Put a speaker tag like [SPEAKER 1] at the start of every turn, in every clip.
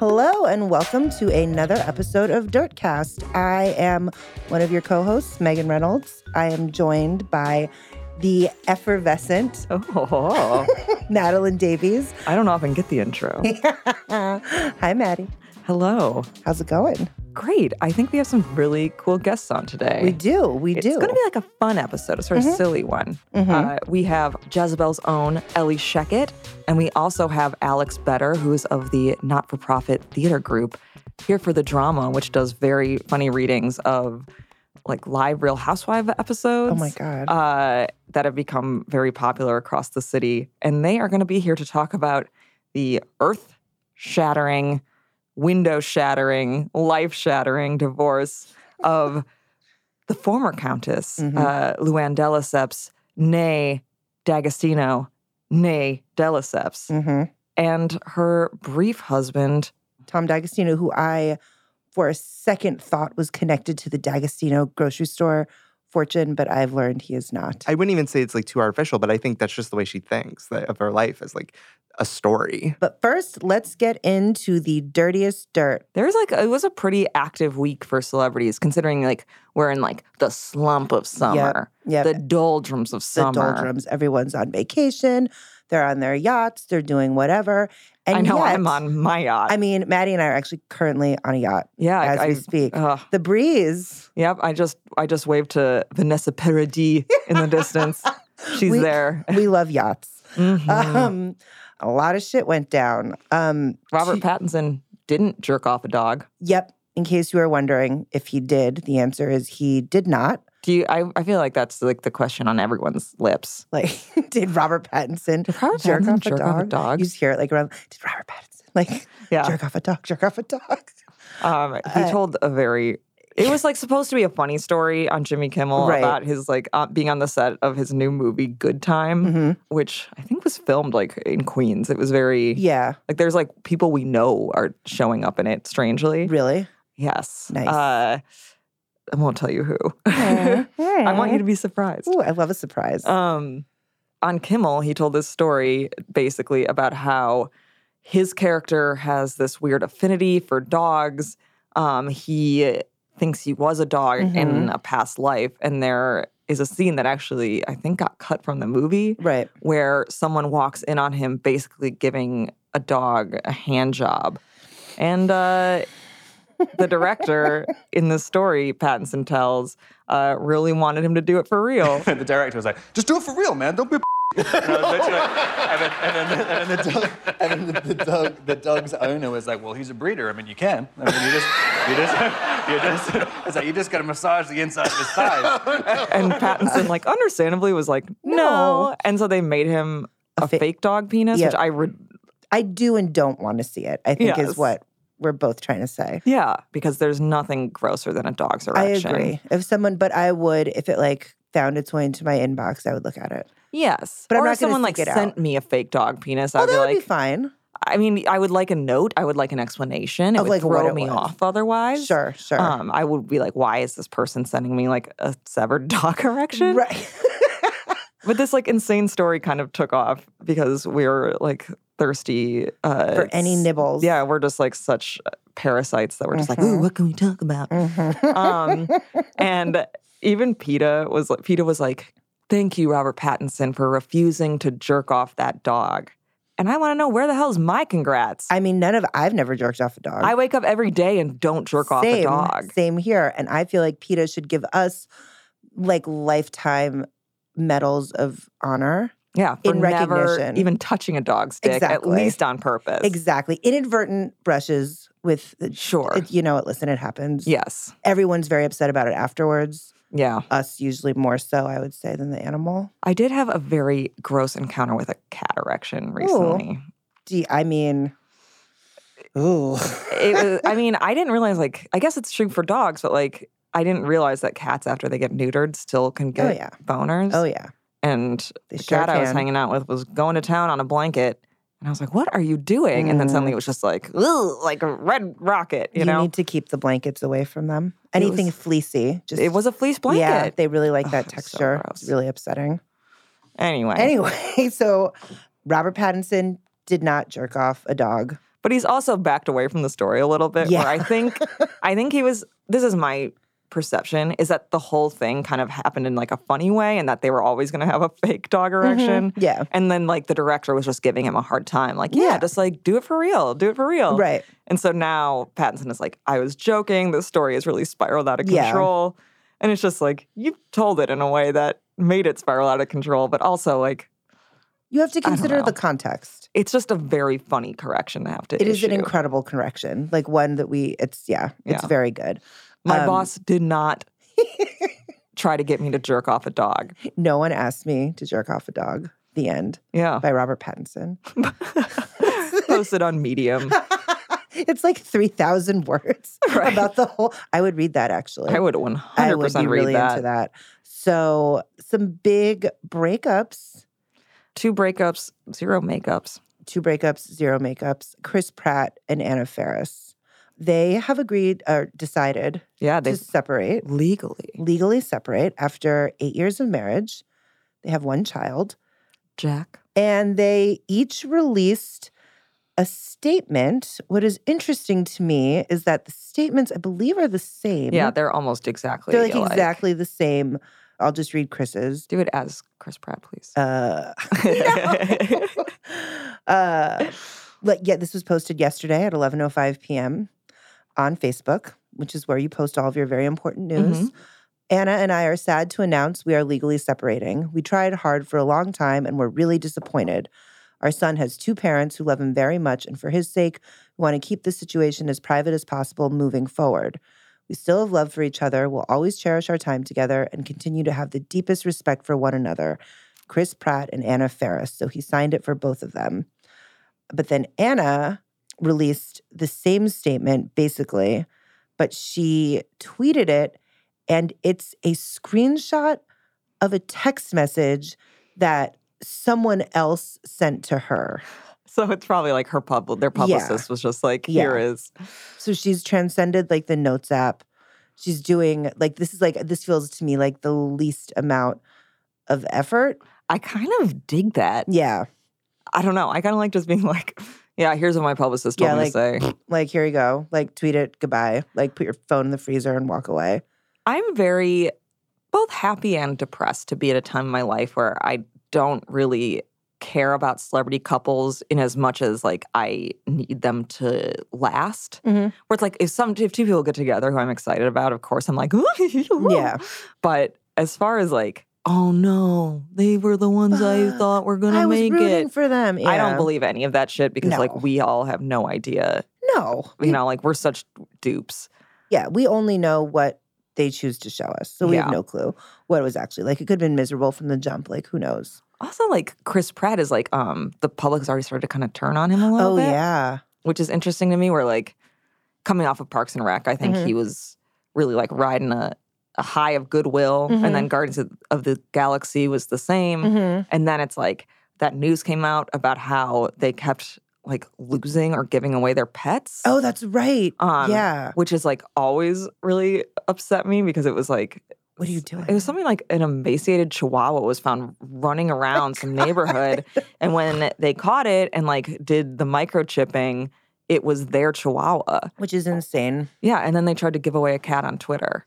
[SPEAKER 1] Hello and welcome to another episode of Dirtcast. I am one of your co hosts, Megan Reynolds. I am joined by the effervescent
[SPEAKER 2] Oh,
[SPEAKER 1] Madeline Davies.
[SPEAKER 2] I don't often get the intro.
[SPEAKER 1] Hi, Maddie.
[SPEAKER 2] Hello.
[SPEAKER 1] How's it going?
[SPEAKER 2] Great. I think we have some really cool guests on today.
[SPEAKER 1] We do. We do. Mm-hmm.
[SPEAKER 2] It's going to be like a fun episode, a sort of silly one. Uh, we have Jezebel's own Ellie Sheckett, and we also have Alex Better, who is of the not for profit theater group here for the drama, which does very funny readings of like live Real Housewife episodes.
[SPEAKER 1] oh my God.
[SPEAKER 2] uh, that have become very popular across the city. And they are going to be here to talk about the earth shattering, window shattering, life shattering divorce of the former Countess,
[SPEAKER 1] Mhm.
[SPEAKER 2] uh, Luann Deliceps, nay, D'Agostino, nay, Deliceps,
[SPEAKER 1] hmm
[SPEAKER 2] and her brief husband.
[SPEAKER 1] Tom D'Agostino, who I for a second thought was connected to the D'Agostino grocery store fortune, but I've learned he is not.
[SPEAKER 3] I wouldn't even say it's like too artificial, but I think that's just the way she thinks that of her life as like a story.
[SPEAKER 1] but first, let's get into the dirtiest dirt.
[SPEAKER 2] There's like it was a pretty active week for celebrities, considering like we're in like the slump of summer,
[SPEAKER 1] Yep.
[SPEAKER 2] the doldrums of
[SPEAKER 1] the
[SPEAKER 2] summer.
[SPEAKER 1] doldrums. Everyone's on vacation. They're on their yachts. They're doing whatever. And
[SPEAKER 2] I know
[SPEAKER 1] yet-
[SPEAKER 2] I'm on my yacht.
[SPEAKER 1] I mean, Maddie and I are actually currently on a yacht
[SPEAKER 2] yeah,
[SPEAKER 1] as
[SPEAKER 2] I, uh,
[SPEAKER 1] we
[SPEAKER 2] I
[SPEAKER 1] speak.
[SPEAKER 2] ugh.
[SPEAKER 1] the breeze.
[SPEAKER 2] yep. I just I just waved to Vanessa Paradis in the distance. She's
[SPEAKER 1] We-
[SPEAKER 2] there.
[SPEAKER 1] We love yachts.
[SPEAKER 2] Mhm.
[SPEAKER 1] Um, a lot of shit went down. Um,
[SPEAKER 2] Robert
[SPEAKER 1] t-
[SPEAKER 2] Pattinson didn't jerk off a dog.
[SPEAKER 1] yep. In case you were wondering if he did, the answer is he did not.
[SPEAKER 2] Do you? I, I feel like that's like the question on everyone's lips.
[SPEAKER 1] Like, did Robert Pattinson
[SPEAKER 2] Did Robert
[SPEAKER 1] jerk
[SPEAKER 2] Pattinson
[SPEAKER 1] off a
[SPEAKER 2] jerk off a
[SPEAKER 1] dog?
[SPEAKER 2] dog?
[SPEAKER 1] You just hear it like around. Did Robert Pattinson like
[SPEAKER 2] yeah.
[SPEAKER 1] jerk off a dog? Jerk off a dog.
[SPEAKER 2] Um, he
[SPEAKER 1] Uh,
[SPEAKER 2] told a very. It was like supposed to be a funny story on Jimmy Kimmel
[SPEAKER 1] Right.
[SPEAKER 2] about his like uh, being on the set of his new movie Good Time,
[SPEAKER 1] Mhm.
[SPEAKER 2] which I think was filmed like in Queens. It was very
[SPEAKER 1] Yeah,
[SPEAKER 2] Like there's like people we know are showing up in it strangely.
[SPEAKER 1] really.
[SPEAKER 2] Yes.
[SPEAKER 1] Nice.
[SPEAKER 2] Uh, I won't tell you who. I want you to be surprised.
[SPEAKER 1] Ooh, I love a surprise.
[SPEAKER 2] Um, on Kimmel, he told this story basically about how his character has this weird affinity for dogs. Um, he thinks he was a dog in
[SPEAKER 1] Mhm.
[SPEAKER 2] a past life, and there is a scene that actually I think got cut from the movie
[SPEAKER 1] right.
[SPEAKER 2] where someone walks in on him basically giving a dog a hand job. And uh, the director in the story, Pattinson tells, uh, really wanted him to do it for real.
[SPEAKER 4] And the director was like, just do it for real, man. Don't be a and, I was literally like- and then, and then, and then the, dog, and then the, the, dog, the dog's owner was like, well, he's a breeder. I mean, you can. I mean, you just, you just, you just, it's like, you just got to massage the inside of his thighs.
[SPEAKER 2] And Pattinson, like, understandably was like, no.
[SPEAKER 1] No.
[SPEAKER 2] And so they made him
[SPEAKER 1] A
[SPEAKER 2] a,
[SPEAKER 1] fa-
[SPEAKER 2] fake dog penis,
[SPEAKER 1] Yeah.
[SPEAKER 2] which I would,
[SPEAKER 1] I do and don't want to see it, I think is
[SPEAKER 2] Yes.
[SPEAKER 1] what we're both trying to say.
[SPEAKER 2] yeah, because there's nothing grosser than a dog's erection.
[SPEAKER 1] I agree. If someone, but I would, if it like found its way into my inbox, I would look at it.
[SPEAKER 2] Yes.
[SPEAKER 1] But I'm
[SPEAKER 2] or
[SPEAKER 1] not
[SPEAKER 2] if
[SPEAKER 1] gonna
[SPEAKER 2] someone like
[SPEAKER 1] seek it
[SPEAKER 2] sent
[SPEAKER 1] out.
[SPEAKER 2] me a fake dog penis,
[SPEAKER 1] Oh,
[SPEAKER 2] I'd
[SPEAKER 1] that
[SPEAKER 2] be
[SPEAKER 1] would
[SPEAKER 2] like,
[SPEAKER 1] be fine.
[SPEAKER 2] I mean, I would like a note. I would like an explanation. It
[SPEAKER 1] Of,
[SPEAKER 2] would
[SPEAKER 1] like, what
[SPEAKER 2] throw
[SPEAKER 1] it
[SPEAKER 2] me
[SPEAKER 1] was.
[SPEAKER 2] off otherwise.
[SPEAKER 1] Sure, sure.
[SPEAKER 2] Um, I would be like, why is this person sending me like a severed dog erection?
[SPEAKER 1] right.
[SPEAKER 2] But this like insane story kind of took off because we were like thirsty uh,
[SPEAKER 1] For any
[SPEAKER 2] s-
[SPEAKER 1] nibbles.
[SPEAKER 2] Yeah, we're just like such uh, parasites that we're just like,
[SPEAKER 1] Mhm.
[SPEAKER 2] ooh, what can we talk about?
[SPEAKER 1] Mhm.
[SPEAKER 2] Um, and even PETA was like, PETA was like, thank you, Robert Pattinson, for refusing to jerk off that dog. And I want to know where the hell's my congrats?
[SPEAKER 1] I mean, none of, I've never jerked off a dog.
[SPEAKER 2] I wake up every day and don't jerk off a
[SPEAKER 1] Same,
[SPEAKER 2] dog.
[SPEAKER 1] Same here. And I feel like PETA should give us like lifetime medals of honor.
[SPEAKER 2] Yeah, for
[SPEAKER 1] In
[SPEAKER 2] never
[SPEAKER 1] recognition.
[SPEAKER 2] even touching a dog's dick,
[SPEAKER 1] Exactly.
[SPEAKER 2] at least on purpose.
[SPEAKER 1] Exactly. Inadvertent brushes with,
[SPEAKER 2] Sure.
[SPEAKER 1] it, you know it, listen, it happens.
[SPEAKER 2] yes.
[SPEAKER 1] everyone's very upset about it afterwards.
[SPEAKER 2] Yeah.
[SPEAKER 1] Us usually more so, I would say, than the animal.
[SPEAKER 2] I did have a very gross encounter with a cat erection recently.
[SPEAKER 1] Gee, I mean, Oh, ooh,
[SPEAKER 2] It was, I mean, I didn't realize, like, I guess it's true for dogs, but like, I didn't realize that cats, after they get neutered, still can
[SPEAKER 1] oh
[SPEAKER 2] get
[SPEAKER 1] yeah,
[SPEAKER 2] boners.
[SPEAKER 1] oh yeah.
[SPEAKER 2] And
[SPEAKER 1] They
[SPEAKER 2] the
[SPEAKER 1] sure
[SPEAKER 2] cat I was
[SPEAKER 1] can.
[SPEAKER 2] hanging out with was going to town on a blanket. And I was like, what are you doing? And then
[SPEAKER 1] Mm.
[SPEAKER 2] suddenly it was just like, Ugh, like a red rocket, you, know?
[SPEAKER 1] need to keep the blankets away from them.
[SPEAKER 2] It was-
[SPEAKER 1] Anything fleecy, just
[SPEAKER 2] it was a fleece blanket.
[SPEAKER 1] Yeah, they really like
[SPEAKER 2] Ugh,
[SPEAKER 1] that
[SPEAKER 2] so
[SPEAKER 1] texture. It's
[SPEAKER 2] gross.
[SPEAKER 1] really upsetting.
[SPEAKER 2] anyway.
[SPEAKER 1] Anyway, so Robert Pattinson did not jerk off a dog.
[SPEAKER 2] But he's also backed away from the story a little bit.
[SPEAKER 1] Yeah.
[SPEAKER 2] Where I think, I think he was. This is my perception: is that the whole thing kind of happened in like a funny way, and that they were always going to have a fake dog
[SPEAKER 1] Mm-hmm.
[SPEAKER 2] erection.
[SPEAKER 1] Yeah.
[SPEAKER 2] And then like the director was just giving him a hard time, like, yeah,
[SPEAKER 1] Yeah.
[SPEAKER 2] just like do it for real, do it for real.
[SPEAKER 1] Right.
[SPEAKER 2] And so now Pattinson is like, I was joking. This story has really spiraled out of
[SPEAKER 1] Yeah.
[SPEAKER 2] control. And it's just like, you told it in a way that made it spiral out of control, but also like,
[SPEAKER 1] You have to
[SPEAKER 2] don't
[SPEAKER 1] consider
[SPEAKER 2] know.
[SPEAKER 1] the context.
[SPEAKER 2] it's just a very funny correction to have to
[SPEAKER 1] It is
[SPEAKER 2] issue.
[SPEAKER 1] an incredible correction, like one that we. It's yeah, it's
[SPEAKER 2] Yeah.
[SPEAKER 1] very good.
[SPEAKER 2] My
[SPEAKER 1] um,
[SPEAKER 2] boss did not try to get me to jerk off a dog.
[SPEAKER 1] No one asked me to jerk off a dog. The end
[SPEAKER 2] Yeah.
[SPEAKER 1] by Robert Pattinson.
[SPEAKER 2] Posted on Medium.
[SPEAKER 1] it's like three thousand words
[SPEAKER 2] Right.
[SPEAKER 1] about the whole. I would read that actually.
[SPEAKER 2] I would 100%
[SPEAKER 1] I would be
[SPEAKER 2] read
[SPEAKER 1] really
[SPEAKER 2] that.
[SPEAKER 1] into that. So some big breakups,
[SPEAKER 2] Two breakups, zero makeups.
[SPEAKER 1] two breakups, zero makeups. Chris Pratt and Anna Faris. They have agreed or decided
[SPEAKER 2] Yeah, they
[SPEAKER 1] to separate,
[SPEAKER 2] legally.
[SPEAKER 1] legally separate after eight years of marriage. They have one child.
[SPEAKER 2] Jack.
[SPEAKER 1] and they each released a statement. What is interesting to me is that the statements, I believe, are the same.
[SPEAKER 2] Yeah, they're almost exactly.
[SPEAKER 1] they're like
[SPEAKER 2] alike.
[SPEAKER 1] exactly the same. I'll just read Chris's.
[SPEAKER 2] Do it as Chris Pratt, please.
[SPEAKER 1] Uh, no. uh, but yeah, this was posted yesterday at 11:05 p.m. on Facebook, which is where you post all of your very important news. Anna and I are sad to announce we are legally separating. We tried hard for a long time and we're really disappointed. Our son has two parents who love him very much, and for his sake, we want to keep this situation as private as possible moving forward. We still have love for each other, we'll always cherish our time together, and continue to have the deepest respect for one another. Chris Pratt and Anna Ferris. So he signed it for both of them. But then Anna released the same statement, basically, but she tweeted it, and it's a screenshot of a text message that someone else sent to her.
[SPEAKER 2] So it's probably like her pub. Their publicist was just like,
[SPEAKER 1] Yeah.
[SPEAKER 2] here is.
[SPEAKER 1] So she's transcended like the notes app. She's doing like this is like this feels to me like the least amount of effort.
[SPEAKER 2] I kind of dig that.
[SPEAKER 1] Yeah.
[SPEAKER 2] I don't know. I kind of like just being like, yeah, here's what my publicist told
[SPEAKER 1] Yeah,
[SPEAKER 2] me
[SPEAKER 1] like-
[SPEAKER 2] to say.
[SPEAKER 1] Like, here you go. Like, tweet it, goodbye. Like, put your phone in the freezer and walk away.
[SPEAKER 2] I'm very both happy and depressed to be at a time in my life where I don't really care about celebrity couples in as much as like I need them to last.
[SPEAKER 1] Mhm.
[SPEAKER 2] Where it's like if some if two people get together who I'm excited about, of course I'm like, yeah.
[SPEAKER 1] Yeah.
[SPEAKER 2] But as far as like, oh no, they were the ones I
[SPEAKER 1] Fuck.
[SPEAKER 2] thought were gonna
[SPEAKER 1] I was
[SPEAKER 2] make
[SPEAKER 1] rooting
[SPEAKER 2] it.
[SPEAKER 1] for them.
[SPEAKER 2] I don't
[SPEAKER 1] Yeah.
[SPEAKER 2] believe any of that shit because like
[SPEAKER 1] No.
[SPEAKER 2] we all have no idea.
[SPEAKER 1] No.
[SPEAKER 2] You know, like we're such dupes.
[SPEAKER 1] Yeah, we only know what they choose to show us. So we
[SPEAKER 2] Yeah.
[SPEAKER 1] have no clue what it was actually like. It could have been miserable from the jump. Like, who knows?
[SPEAKER 2] Also, like Chris Pratt is like, um, the public's already started to kind of turn on him a little
[SPEAKER 1] Oh,
[SPEAKER 2] bit.
[SPEAKER 1] yeah.
[SPEAKER 2] Which is interesting to me. Where like coming off of Parks and Rec, I think
[SPEAKER 1] Mhm.
[SPEAKER 2] he was really like riding a, a high of goodwill.
[SPEAKER 1] Mhm.
[SPEAKER 2] And then Guardians of, of the Galaxy was the same.
[SPEAKER 1] Mm-hmm.
[SPEAKER 2] And then it's like that news came out about how they kept like losing or giving away their pets.
[SPEAKER 1] Oh, that's right.
[SPEAKER 2] Um,
[SPEAKER 1] yeah.
[SPEAKER 2] Which is like always really upset me because it was like
[SPEAKER 1] What are you doing?
[SPEAKER 2] it was something like an emaciated chihuahua was found running around some neighborhood. And when they caught it and like did the microchipping, it was their chihuahua.
[SPEAKER 1] Which is insane.
[SPEAKER 2] Yeah. And then they tried to give away a cat on Twitter.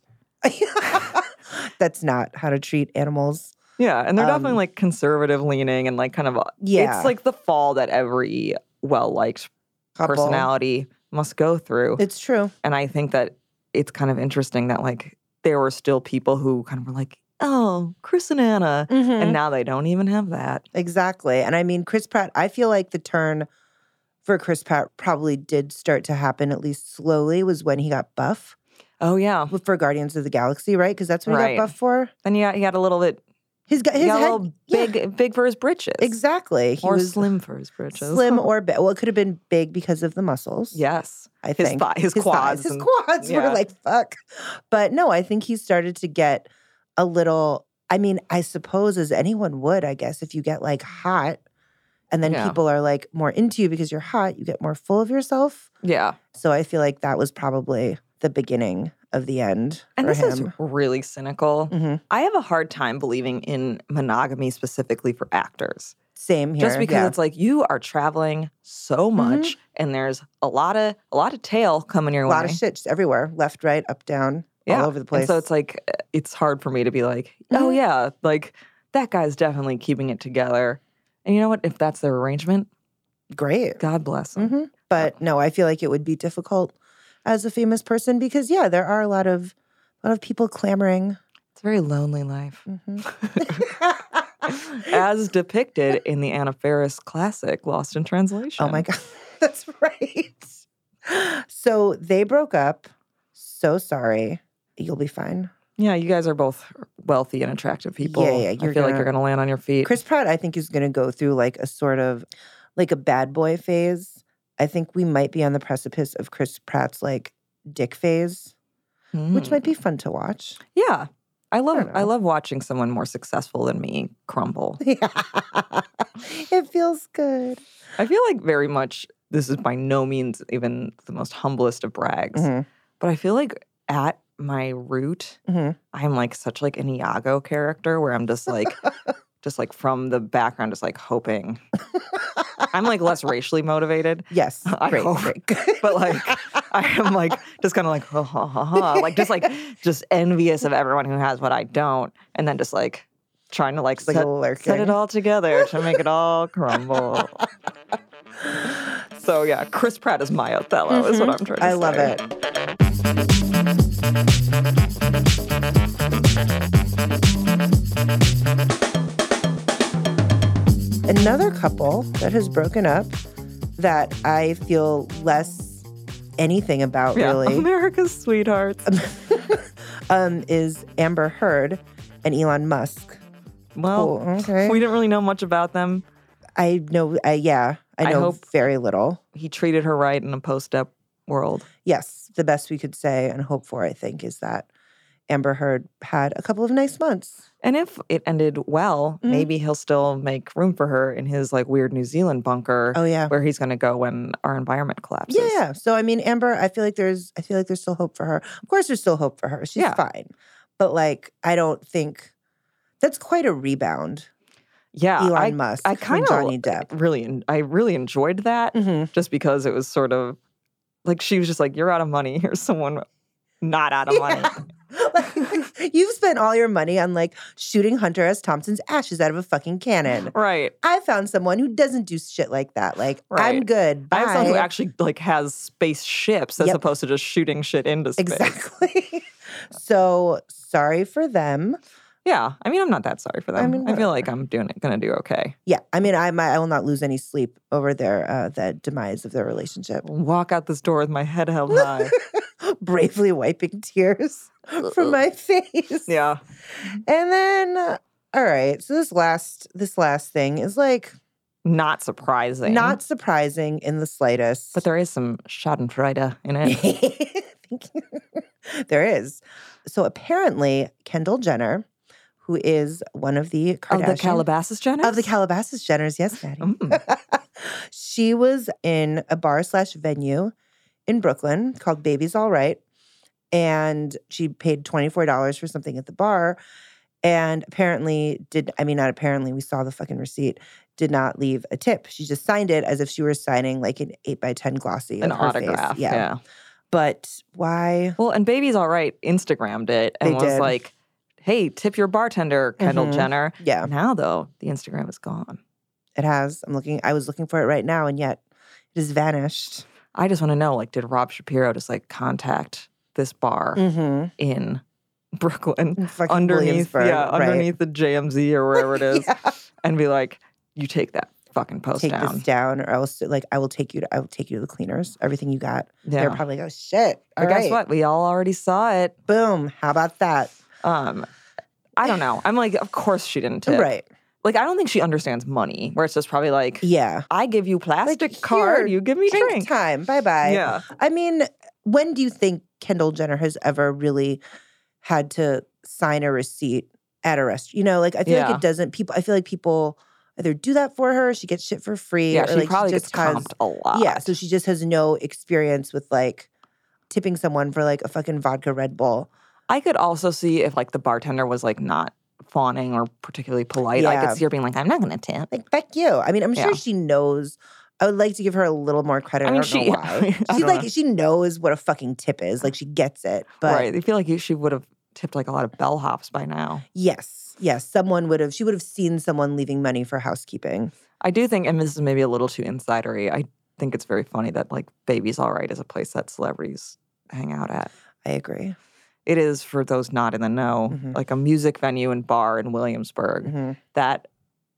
[SPEAKER 1] that's not how to treat animals.
[SPEAKER 2] Yeah. And they're
[SPEAKER 1] Um,
[SPEAKER 2] definitely like conservative leaning and like kind of, uh,
[SPEAKER 1] Yeah.
[SPEAKER 2] it's like the fall that every well liked
[SPEAKER 1] Couple.
[SPEAKER 2] personality must go through.
[SPEAKER 1] It's true.
[SPEAKER 2] And I think that it's kind of interesting that like there were still people who kind of were like, oh, Chris and Anna.
[SPEAKER 1] Mhm.
[SPEAKER 2] And now they don't even have that.
[SPEAKER 1] Exactly. And I mean, Chris Pratt, I feel like the turn for Chris Pratt probably did start to happen, at least slowly, was when he got buff
[SPEAKER 2] Oh, yeah.
[SPEAKER 1] for Guardians of the Galaxy, right? Because that's what
[SPEAKER 2] Right.
[SPEAKER 1] he got buff for.
[SPEAKER 2] Then he got, he got a little bit,
[SPEAKER 1] His, gu-
[SPEAKER 2] he
[SPEAKER 1] his
[SPEAKER 2] got
[SPEAKER 1] head,
[SPEAKER 2] a little
[SPEAKER 1] yeah,
[SPEAKER 2] big, big for his britches.
[SPEAKER 1] exactly. He
[SPEAKER 2] Or
[SPEAKER 1] was
[SPEAKER 2] slim for his britches.
[SPEAKER 1] slim or big. Well, it could have been big because of the muscles.
[SPEAKER 2] Yes.
[SPEAKER 1] I
[SPEAKER 2] His,
[SPEAKER 1] think.
[SPEAKER 2] thigh- his,
[SPEAKER 1] His
[SPEAKER 2] quads.
[SPEAKER 1] thighs, his
[SPEAKER 2] and-
[SPEAKER 1] quads
[SPEAKER 2] yeah.
[SPEAKER 1] were like fuck. But no, I think he started to get a little. I mean, I suppose as anyone would, I guess, if you get like hot, and then
[SPEAKER 2] Yeah.
[SPEAKER 1] people are like more into you because you're hot, you get more full of yourself.
[SPEAKER 2] yeah.
[SPEAKER 1] So I feel like that was probably the beginning of the end
[SPEAKER 2] And
[SPEAKER 1] for
[SPEAKER 2] this is
[SPEAKER 1] him.
[SPEAKER 2] really cynical.
[SPEAKER 1] Mhm.
[SPEAKER 2] I have a hard time believing in monogamy specifically for actors.
[SPEAKER 1] Same here.
[SPEAKER 2] just because
[SPEAKER 1] yeah. Mm-hmm.
[SPEAKER 2] it's like you are traveling so much and there's a lot of a lot of tail coming your
[SPEAKER 1] a
[SPEAKER 2] way.
[SPEAKER 1] lot of shit just everywhere, left, right, up, down,
[SPEAKER 2] Yeah.
[SPEAKER 1] all over the
[SPEAKER 2] And
[SPEAKER 1] place.
[SPEAKER 2] so it's like uh, it's hard for me to be like, oh
[SPEAKER 1] Mhm.
[SPEAKER 2] yeah, like that guy's definitely keeping it together. And you know what? If that's their arrangement,
[SPEAKER 1] great.
[SPEAKER 2] God bless them.
[SPEAKER 1] hmm But no, I feel like it would be difficult as a famous person because yeah, there are a lot of a lot of people clamoring.
[SPEAKER 2] It's a very lonely life,
[SPEAKER 1] Mhm. Mm-hmm.
[SPEAKER 2] as depicted in the Anna Faris classic Lost in Translation.
[SPEAKER 1] oh my god, that's right. So they broke up. So sorry. You'll be fine.
[SPEAKER 2] Yeah, you guys are both wealthy and attractive people.
[SPEAKER 1] yeah,
[SPEAKER 2] I
[SPEAKER 1] you're
[SPEAKER 2] feel like
[SPEAKER 1] gonna-
[SPEAKER 2] you're gonna land on your feet.
[SPEAKER 1] Chris Pratt, I think, is going to go through like a sort of like a bad boy phase. I think we might be on the precipice of Chris Pratt's like dick phase, which
[SPEAKER 2] Mm.
[SPEAKER 1] might be fun to watch.
[SPEAKER 2] Yeah. I love
[SPEAKER 1] don't
[SPEAKER 2] I,
[SPEAKER 1] know.
[SPEAKER 2] love watching someone more successful than me crumble.
[SPEAKER 1] it feels good.
[SPEAKER 2] I feel like very much this is by no means even the most humblest of brags,
[SPEAKER 1] Mhm,
[SPEAKER 2] but I feel like at my root,
[SPEAKER 1] mhm.
[SPEAKER 2] I'm like such like an Iago character where I'm just like just like from the background just like hoping. I'm like less racially motivated,
[SPEAKER 1] Yes,
[SPEAKER 2] I
[SPEAKER 1] great,
[SPEAKER 2] hope.
[SPEAKER 1] great, good.
[SPEAKER 2] but like I am like just kind of like ha ha ha ha, like just like just envious of everyone who has what I don't, and then just like trying to like
[SPEAKER 1] It's like
[SPEAKER 2] set,
[SPEAKER 1] lurking.
[SPEAKER 2] set it all together to make it all crumble. so yeah, Chris Pratt is my Othello, is what I'm trying
[SPEAKER 1] Mm-hmm.
[SPEAKER 2] to
[SPEAKER 1] I
[SPEAKER 2] say.
[SPEAKER 1] love it. Another couple that has broken up that I feel less anything about
[SPEAKER 2] Yeah,
[SPEAKER 1] really
[SPEAKER 2] America's sweethearts.
[SPEAKER 1] um, is Amber Heard and Elon Musk.
[SPEAKER 2] Well,
[SPEAKER 1] Cool, okay.
[SPEAKER 2] Oh. we didn't really know much about them.
[SPEAKER 1] I know, I, yeah, I
[SPEAKER 2] I
[SPEAKER 1] know
[SPEAKER 2] hope-
[SPEAKER 1] very little.
[SPEAKER 2] He treated her right in a post-up world.
[SPEAKER 1] yes, the best we could say and hope for, I think, is that Amber Heard had a couple of nice months.
[SPEAKER 2] And if it ended well,
[SPEAKER 1] Mhm.
[SPEAKER 2] maybe he'll still make room for her in his like weird New Zealand bunker.
[SPEAKER 1] Oh yeah.
[SPEAKER 2] where he's going to go when our environment collapses.
[SPEAKER 1] Yeah. So I mean, Amber, I feel like there's I feel like there's still hope for her. Of course there's still hope for her. She's
[SPEAKER 2] Yeah.
[SPEAKER 1] fine. But like I don't think that's quite a rebound.
[SPEAKER 2] Yeah.
[SPEAKER 1] Elon
[SPEAKER 2] I
[SPEAKER 1] Musk
[SPEAKER 2] I
[SPEAKER 1] from
[SPEAKER 2] kinda
[SPEAKER 1] Johnny Depp.
[SPEAKER 2] really, en- I really enjoyed that
[SPEAKER 1] Mhm.
[SPEAKER 2] just because it was sort of like she was just like, "You're out of money. Here's someone not out of money."
[SPEAKER 1] Like, you've spent all your money on like shooting Hunter S. Thompson's ashes out of a fucking cannon.
[SPEAKER 2] Right.
[SPEAKER 1] I found someone who doesn't do shit like that. Like I'm
[SPEAKER 2] Right.
[SPEAKER 1] good. Bye.
[SPEAKER 2] I have someone who actually like has spaceships as
[SPEAKER 1] Yep.
[SPEAKER 2] opposed to just shooting shit into space.
[SPEAKER 1] Exactly. so sorry for them.
[SPEAKER 2] Yeah. I mean, I'm not that sorry for them. I,
[SPEAKER 1] I mean,
[SPEAKER 2] feel like I'm doing it, gonna do okay.
[SPEAKER 1] Yeah, I mean, I might, I will not lose any sleep over their uh, the demise of their relationship.
[SPEAKER 2] Walk out this door with my head held high.
[SPEAKER 1] Bravely wiping tears from my face,
[SPEAKER 2] Uh, yeah.
[SPEAKER 1] and then uh, all right. So this last this last thing is like
[SPEAKER 2] Not surprising.
[SPEAKER 1] not surprising in the slightest.
[SPEAKER 2] But there is some Schadenfreude in it.
[SPEAKER 1] Thank you. there is. So apparently, Kendall Jenner, who is one of the
[SPEAKER 2] of
[SPEAKER 1] Kardashian
[SPEAKER 2] the Calabasas Jenner.
[SPEAKER 1] of the Calabasas Jenners, yes, Maddie.
[SPEAKER 2] Mm.
[SPEAKER 1] she was in a bar slash venue in Brooklyn called Baby's All Right. And she paid $24 for something at the bar. And apparently, did I mean, not apparently, we saw the fucking receipt, did not leave a tip. She just signed it as if she were signing like an 8 by 10 glossy.
[SPEAKER 2] an
[SPEAKER 1] of her face.
[SPEAKER 2] autograph.
[SPEAKER 1] Yeah.
[SPEAKER 2] yeah.
[SPEAKER 1] But why?
[SPEAKER 2] Well, and Baby's All Right Instagrammed it and
[SPEAKER 1] They
[SPEAKER 2] was
[SPEAKER 1] did.
[SPEAKER 2] like, hey, tip your bartender, Kendall
[SPEAKER 1] Mhm.
[SPEAKER 2] Jenner.
[SPEAKER 1] Yeah,
[SPEAKER 2] Now, though, the Instagram is gone.
[SPEAKER 1] it has. I'm looking, I was looking for it right now, and yet it has vanished.
[SPEAKER 2] I just want to know, like, did Rob Shapiro just like contact this bar
[SPEAKER 1] Mm-hmm.
[SPEAKER 2] in Brooklyn underneath, yeah, underneath the JMZ or wherever it is, and be like, you take that fucking post
[SPEAKER 1] take
[SPEAKER 2] down.
[SPEAKER 1] this down or else like I will take you to I will take you to the cleaners. Everything you got.
[SPEAKER 2] yeah.
[SPEAKER 1] They're probably like, oh shit.
[SPEAKER 2] but
[SPEAKER 1] All
[SPEAKER 2] guess
[SPEAKER 1] right.
[SPEAKER 2] what? We all already saw it.
[SPEAKER 1] Boom. How about that?
[SPEAKER 2] Um, I don't know. I'm like, of course she didn't tip.
[SPEAKER 1] Right.
[SPEAKER 2] Like, I don't think she understands money. Where it's just probably like,
[SPEAKER 1] Yeah.
[SPEAKER 2] I give you plastic
[SPEAKER 1] here,
[SPEAKER 2] card, you give me
[SPEAKER 1] Drink,
[SPEAKER 2] drink.
[SPEAKER 1] time. Bye bye.
[SPEAKER 2] Yeah.
[SPEAKER 1] I mean, when do you think Kendall Jenner has ever really had to sign a receipt at a restaurant? You know, like I feel like
[SPEAKER 2] Yeah.
[SPEAKER 1] it doesn't people I feel like people either do that for her, she gets shit for free,
[SPEAKER 2] Yeah,
[SPEAKER 1] or
[SPEAKER 2] she
[SPEAKER 1] like
[SPEAKER 2] probably
[SPEAKER 1] she
[SPEAKER 2] gets
[SPEAKER 1] just has
[SPEAKER 2] comped a lot.
[SPEAKER 1] Yeah. So she just has no experience with like tipping someone for like a fucking vodka Red Bull.
[SPEAKER 2] I could also see if like the bartender was like not fawning or particularly polite. I
[SPEAKER 1] Yeah.
[SPEAKER 2] could see her being like, I'm not going to tip.
[SPEAKER 1] Like, fuck you. I mean, I'm sure
[SPEAKER 2] Yeah.
[SPEAKER 1] she knows. I would like to give her a little more credit.
[SPEAKER 2] I
[SPEAKER 1] I,
[SPEAKER 2] mean,
[SPEAKER 1] don't
[SPEAKER 2] she-
[SPEAKER 1] know why.
[SPEAKER 2] I
[SPEAKER 1] She
[SPEAKER 2] don't
[SPEAKER 1] like
[SPEAKER 2] know.
[SPEAKER 1] she knows what a fucking tip is. Like she gets it. But
[SPEAKER 2] right. I feel like you- she would have tipped like a lot of bellhops by now.
[SPEAKER 1] yes, yes, someone would have. She would have seen someone leaving money for housekeeping.
[SPEAKER 2] I do think, and this is maybe a little too insidery, I think it's very funny that like Baby's All Right is a place that celebrities hang out at.
[SPEAKER 1] I agree.
[SPEAKER 2] It is, for those not in the know,
[SPEAKER 1] Mhm.
[SPEAKER 2] like a music venue and bar in Williamsburg
[SPEAKER 1] Mhm.
[SPEAKER 2] that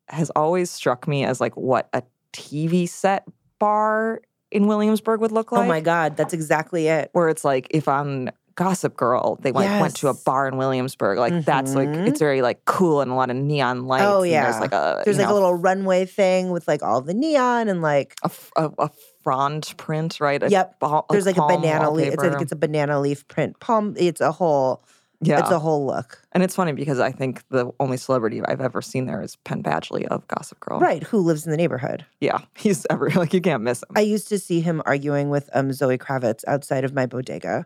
[SPEAKER 2] has always struck me as like what a TV set bar in Williamsburg would look like.
[SPEAKER 1] oh my god, that's exactly it.
[SPEAKER 2] where it's like if I'm Gossip Girl, they like went to a
[SPEAKER 1] Yes.
[SPEAKER 2] bar in Williamsburg. Like that's like
[SPEAKER 1] Mhm.
[SPEAKER 2] it's very like cool and a lot of neon lights.
[SPEAKER 1] Oh,
[SPEAKER 2] and there's
[SPEAKER 1] yeah.
[SPEAKER 2] like a
[SPEAKER 1] There's
[SPEAKER 2] you
[SPEAKER 1] like a
[SPEAKER 2] know,
[SPEAKER 1] little runway thing with like all the neon and like
[SPEAKER 2] a, f- a- a frond print, right? A
[SPEAKER 1] Yep.
[SPEAKER 2] ball-
[SPEAKER 1] there's like a
[SPEAKER 2] palm
[SPEAKER 1] banana leaf. It's like
[SPEAKER 2] wallpaper.
[SPEAKER 1] it's a banana leaf print. Palm. It's a whole.
[SPEAKER 2] yeah.
[SPEAKER 1] It's a whole look.
[SPEAKER 2] and it's funny because I think the only celebrity I've ever seen there is Penn Badgley of Gossip Girl.
[SPEAKER 1] Right. Who lives in the neighborhood?
[SPEAKER 2] Yeah, he's ever like you can't miss him.
[SPEAKER 1] I used to see him arguing with um Zoe Kravitz outside of my bodega,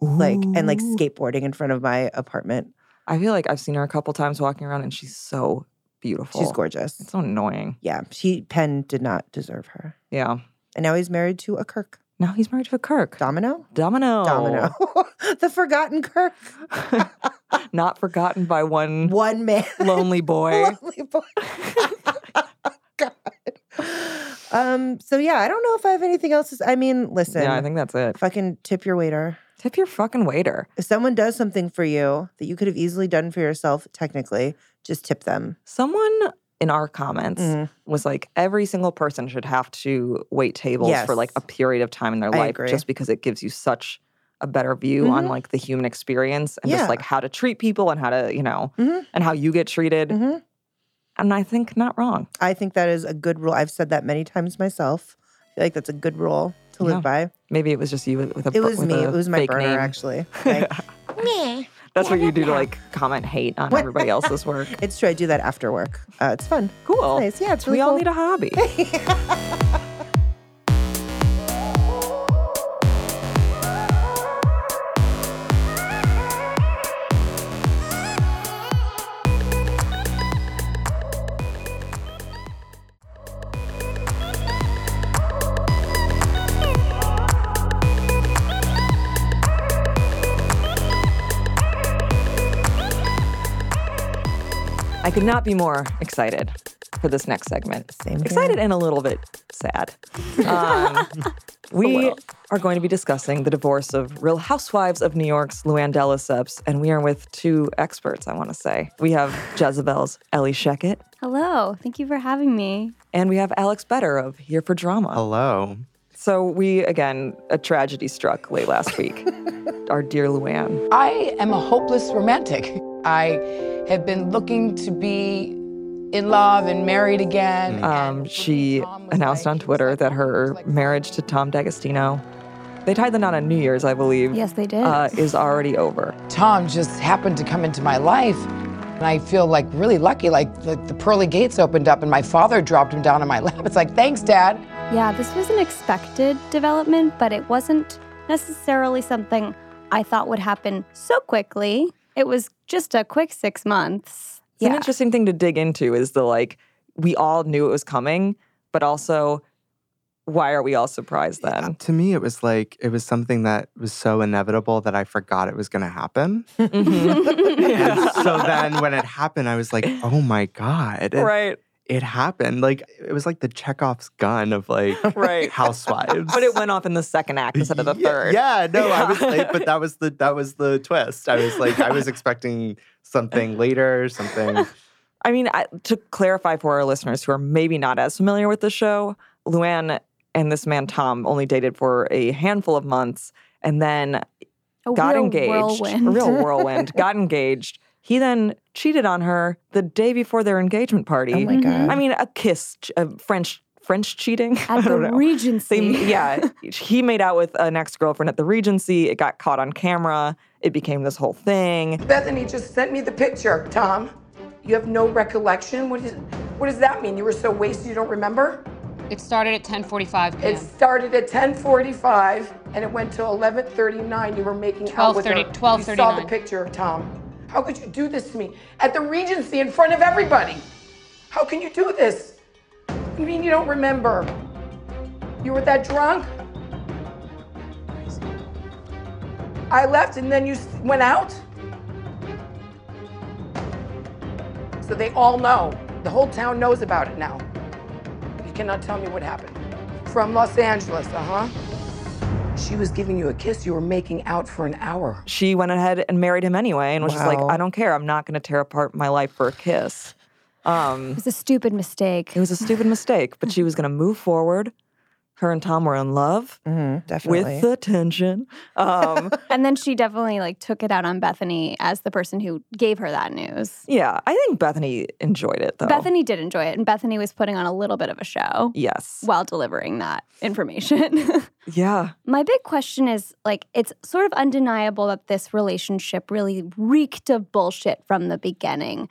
[SPEAKER 1] like and like
[SPEAKER 2] Ooh.
[SPEAKER 1] skateboarding in front of my apartment.
[SPEAKER 2] I feel like I've seen her a couple times walking around, and she's so beautiful.
[SPEAKER 1] She's gorgeous.
[SPEAKER 2] It's so annoying.
[SPEAKER 1] Yeah, she Penn did not deserve her,
[SPEAKER 2] Yeah.
[SPEAKER 1] and now he's married to a Kirk
[SPEAKER 2] Now he's married to a Kirk.
[SPEAKER 1] Domino.
[SPEAKER 2] Domino.
[SPEAKER 1] Domino,
[SPEAKER 2] Oh.
[SPEAKER 1] the forgotten Kirk,
[SPEAKER 2] Not forgotten by one
[SPEAKER 1] one man,
[SPEAKER 2] lonely boy.
[SPEAKER 1] lonely boy. God. Um. So yeah, I don't know if I have anything else. To, s- I mean, listen,
[SPEAKER 2] yeah, I think that's it.
[SPEAKER 1] fucking tip your waiter.
[SPEAKER 2] Tip your fucking waiter.
[SPEAKER 1] If someone does something for you that you could have easily done for yourself, technically, just tip them.
[SPEAKER 2] Someone in our comments
[SPEAKER 1] Mhm.
[SPEAKER 2] was like, every single person should have to wait tables for like a
[SPEAKER 1] Yes.
[SPEAKER 2] period of time in their
[SPEAKER 1] I
[SPEAKER 2] life
[SPEAKER 1] agree.
[SPEAKER 2] just because it gives you such a better view on
[SPEAKER 1] Mhm.
[SPEAKER 2] like the human experience and
[SPEAKER 1] Yeah.
[SPEAKER 2] just like how to treat people and how to, you know,
[SPEAKER 1] Mhm.
[SPEAKER 2] and how you get treated.
[SPEAKER 1] Mhm.
[SPEAKER 2] And I think not wrong.
[SPEAKER 1] I think that is a good rule. I've said that many times myself. I feel like that's a good rule to
[SPEAKER 2] Yeah.
[SPEAKER 1] live by.
[SPEAKER 2] Maybe it was just you with with a
[SPEAKER 1] It
[SPEAKER 2] bu-
[SPEAKER 1] was
[SPEAKER 2] with
[SPEAKER 1] me.
[SPEAKER 2] a
[SPEAKER 1] It was my
[SPEAKER 2] fake
[SPEAKER 1] burner,
[SPEAKER 2] name.
[SPEAKER 1] actually. Like, meh.
[SPEAKER 2] That's what you do to like comment hate on
[SPEAKER 1] What?
[SPEAKER 2] everybody else's work.
[SPEAKER 1] It's true. I do that after work. Uh, it's fun.
[SPEAKER 2] Cool.
[SPEAKER 1] Nice. Yeah, it's
[SPEAKER 2] we
[SPEAKER 1] really
[SPEAKER 2] all
[SPEAKER 1] cool.
[SPEAKER 2] need a hobby. I could not be more excited for this next segment.
[SPEAKER 1] Same here.
[SPEAKER 2] Excited and a little bit sad. Um, we are going to be discussing the divorce of Real Housewives of New York's Luann Delliceps, and we are with two experts, I want to say. We have Jezebel's Ellie Sheckett,
[SPEAKER 5] Hello. Thank you for having me.
[SPEAKER 2] and we have Alex Better of Here for Drama.
[SPEAKER 3] Hello.
[SPEAKER 2] So we, again, a tragedy struck late last week. Our dear Luann.
[SPEAKER 6] I am a hopeless romantic. I have been looking to be in love and married again.
[SPEAKER 2] Um,
[SPEAKER 6] and
[SPEAKER 2] she
[SPEAKER 6] Tom was
[SPEAKER 2] announced
[SPEAKER 6] like-
[SPEAKER 2] on
[SPEAKER 6] he was
[SPEAKER 2] Twitter
[SPEAKER 6] like-
[SPEAKER 2] that
[SPEAKER 6] he
[SPEAKER 2] her
[SPEAKER 6] was like-
[SPEAKER 2] marriage to Tom D'Agostino, they tied the knot on New Year's, I believe.
[SPEAKER 5] Yes, they did.
[SPEAKER 2] Uh, is already over.
[SPEAKER 6] Tom just happened to come into my life. And I feel like really lucky, like, like the pearly gates opened up and my father dropped him down on my lap. It's like, thanks, Dad.
[SPEAKER 5] yeah, this was an expected development, but it wasn't necessarily something I thought would happen so quickly. It was just a quick six months.
[SPEAKER 2] It's an interesting thing to dig into is the like, we all knew it was coming, but also, why are we all surprised
[SPEAKER 3] Uh,
[SPEAKER 2] then?
[SPEAKER 3] to me, it was like it was something that was so inevitable that I forgot it was going to happen.
[SPEAKER 2] Mm-hmm.
[SPEAKER 3] And so then when it happened, I was like, oh my God. It,
[SPEAKER 2] right,
[SPEAKER 3] it happened. Like it was like the Chekhov's gun of like
[SPEAKER 2] right.
[SPEAKER 3] housewives.
[SPEAKER 2] but it went off in the second act instead of the
[SPEAKER 3] Yeah-
[SPEAKER 2] third.
[SPEAKER 3] Yeah, no, I was
[SPEAKER 2] Yeah.
[SPEAKER 3] like, but that was the that was the twist. I was like, I was expecting something later, something.
[SPEAKER 2] I mean, I, to clarify for our listeners who are maybe not as familiar with the show, Luann and this man Tom only dated for a handful of months, and then
[SPEAKER 5] A
[SPEAKER 2] got
[SPEAKER 5] real
[SPEAKER 2] engaged.
[SPEAKER 5] whirlwind.
[SPEAKER 2] A real whirlwind. got engaged. He then cheated on her the day before their engagement party.
[SPEAKER 1] Oh my
[SPEAKER 5] Mhm.
[SPEAKER 1] god.
[SPEAKER 2] I mean, a kiss, ch- a French French cheating. I
[SPEAKER 5] At the
[SPEAKER 2] don't know. They,
[SPEAKER 5] Regency.
[SPEAKER 2] yeah, he made out with an ex girlfriend at the Regency. It got caught on camera. It became this whole thing.
[SPEAKER 6] Bethany just sent me the picture. Tom, you have no recollection? What, is, what does that mean? You were so wasted you don't remember?
[SPEAKER 7] It started at 10:45 p.m.
[SPEAKER 6] It started at 10:45 and it went till 11:39. You were making out with her.
[SPEAKER 7] 12:30
[SPEAKER 6] You saw the
[SPEAKER 7] 12:39.
[SPEAKER 6] picture, Tom. How could you do this to me at the Regency in front of everybody? How can you do this? You mean you don't remember? You were that drunk? I left and then you s- went out? So they all know. The whole town knows about it now. You cannot tell me what happened. From Los Angeles, uh huh. She was giving you a kiss. You were making out for an hour.
[SPEAKER 2] She went ahead and married him anyway and was just like,
[SPEAKER 1] Wow.
[SPEAKER 2] I don't care. I'm not going to tear apart my life for a kiss. Um,
[SPEAKER 5] was a stupid mistake.
[SPEAKER 2] it was a stupid mistake, but she was going to move forward. Her and Tom were in love
[SPEAKER 1] Mhm, definitely.
[SPEAKER 2] with the tension. Um,
[SPEAKER 5] and then she definitely like took it out on Bethany as the person who gave her that news.
[SPEAKER 2] yeah, I think Bethany enjoyed it though.
[SPEAKER 5] Bethany did enjoy it, and Bethany was putting on a little bit of a show
[SPEAKER 2] Yes.
[SPEAKER 5] while delivering that information.
[SPEAKER 2] Yeah.
[SPEAKER 5] My big question is like, it's sort of undeniable that this relationship really reeked of bullshit from the beginning.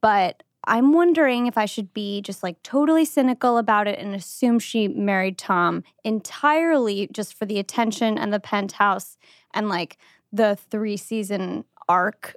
[SPEAKER 5] But I'm wondering if I should be just like totally cynical about it and assume she married Tom entirely just for the attention and the penthouse and like the three season arc.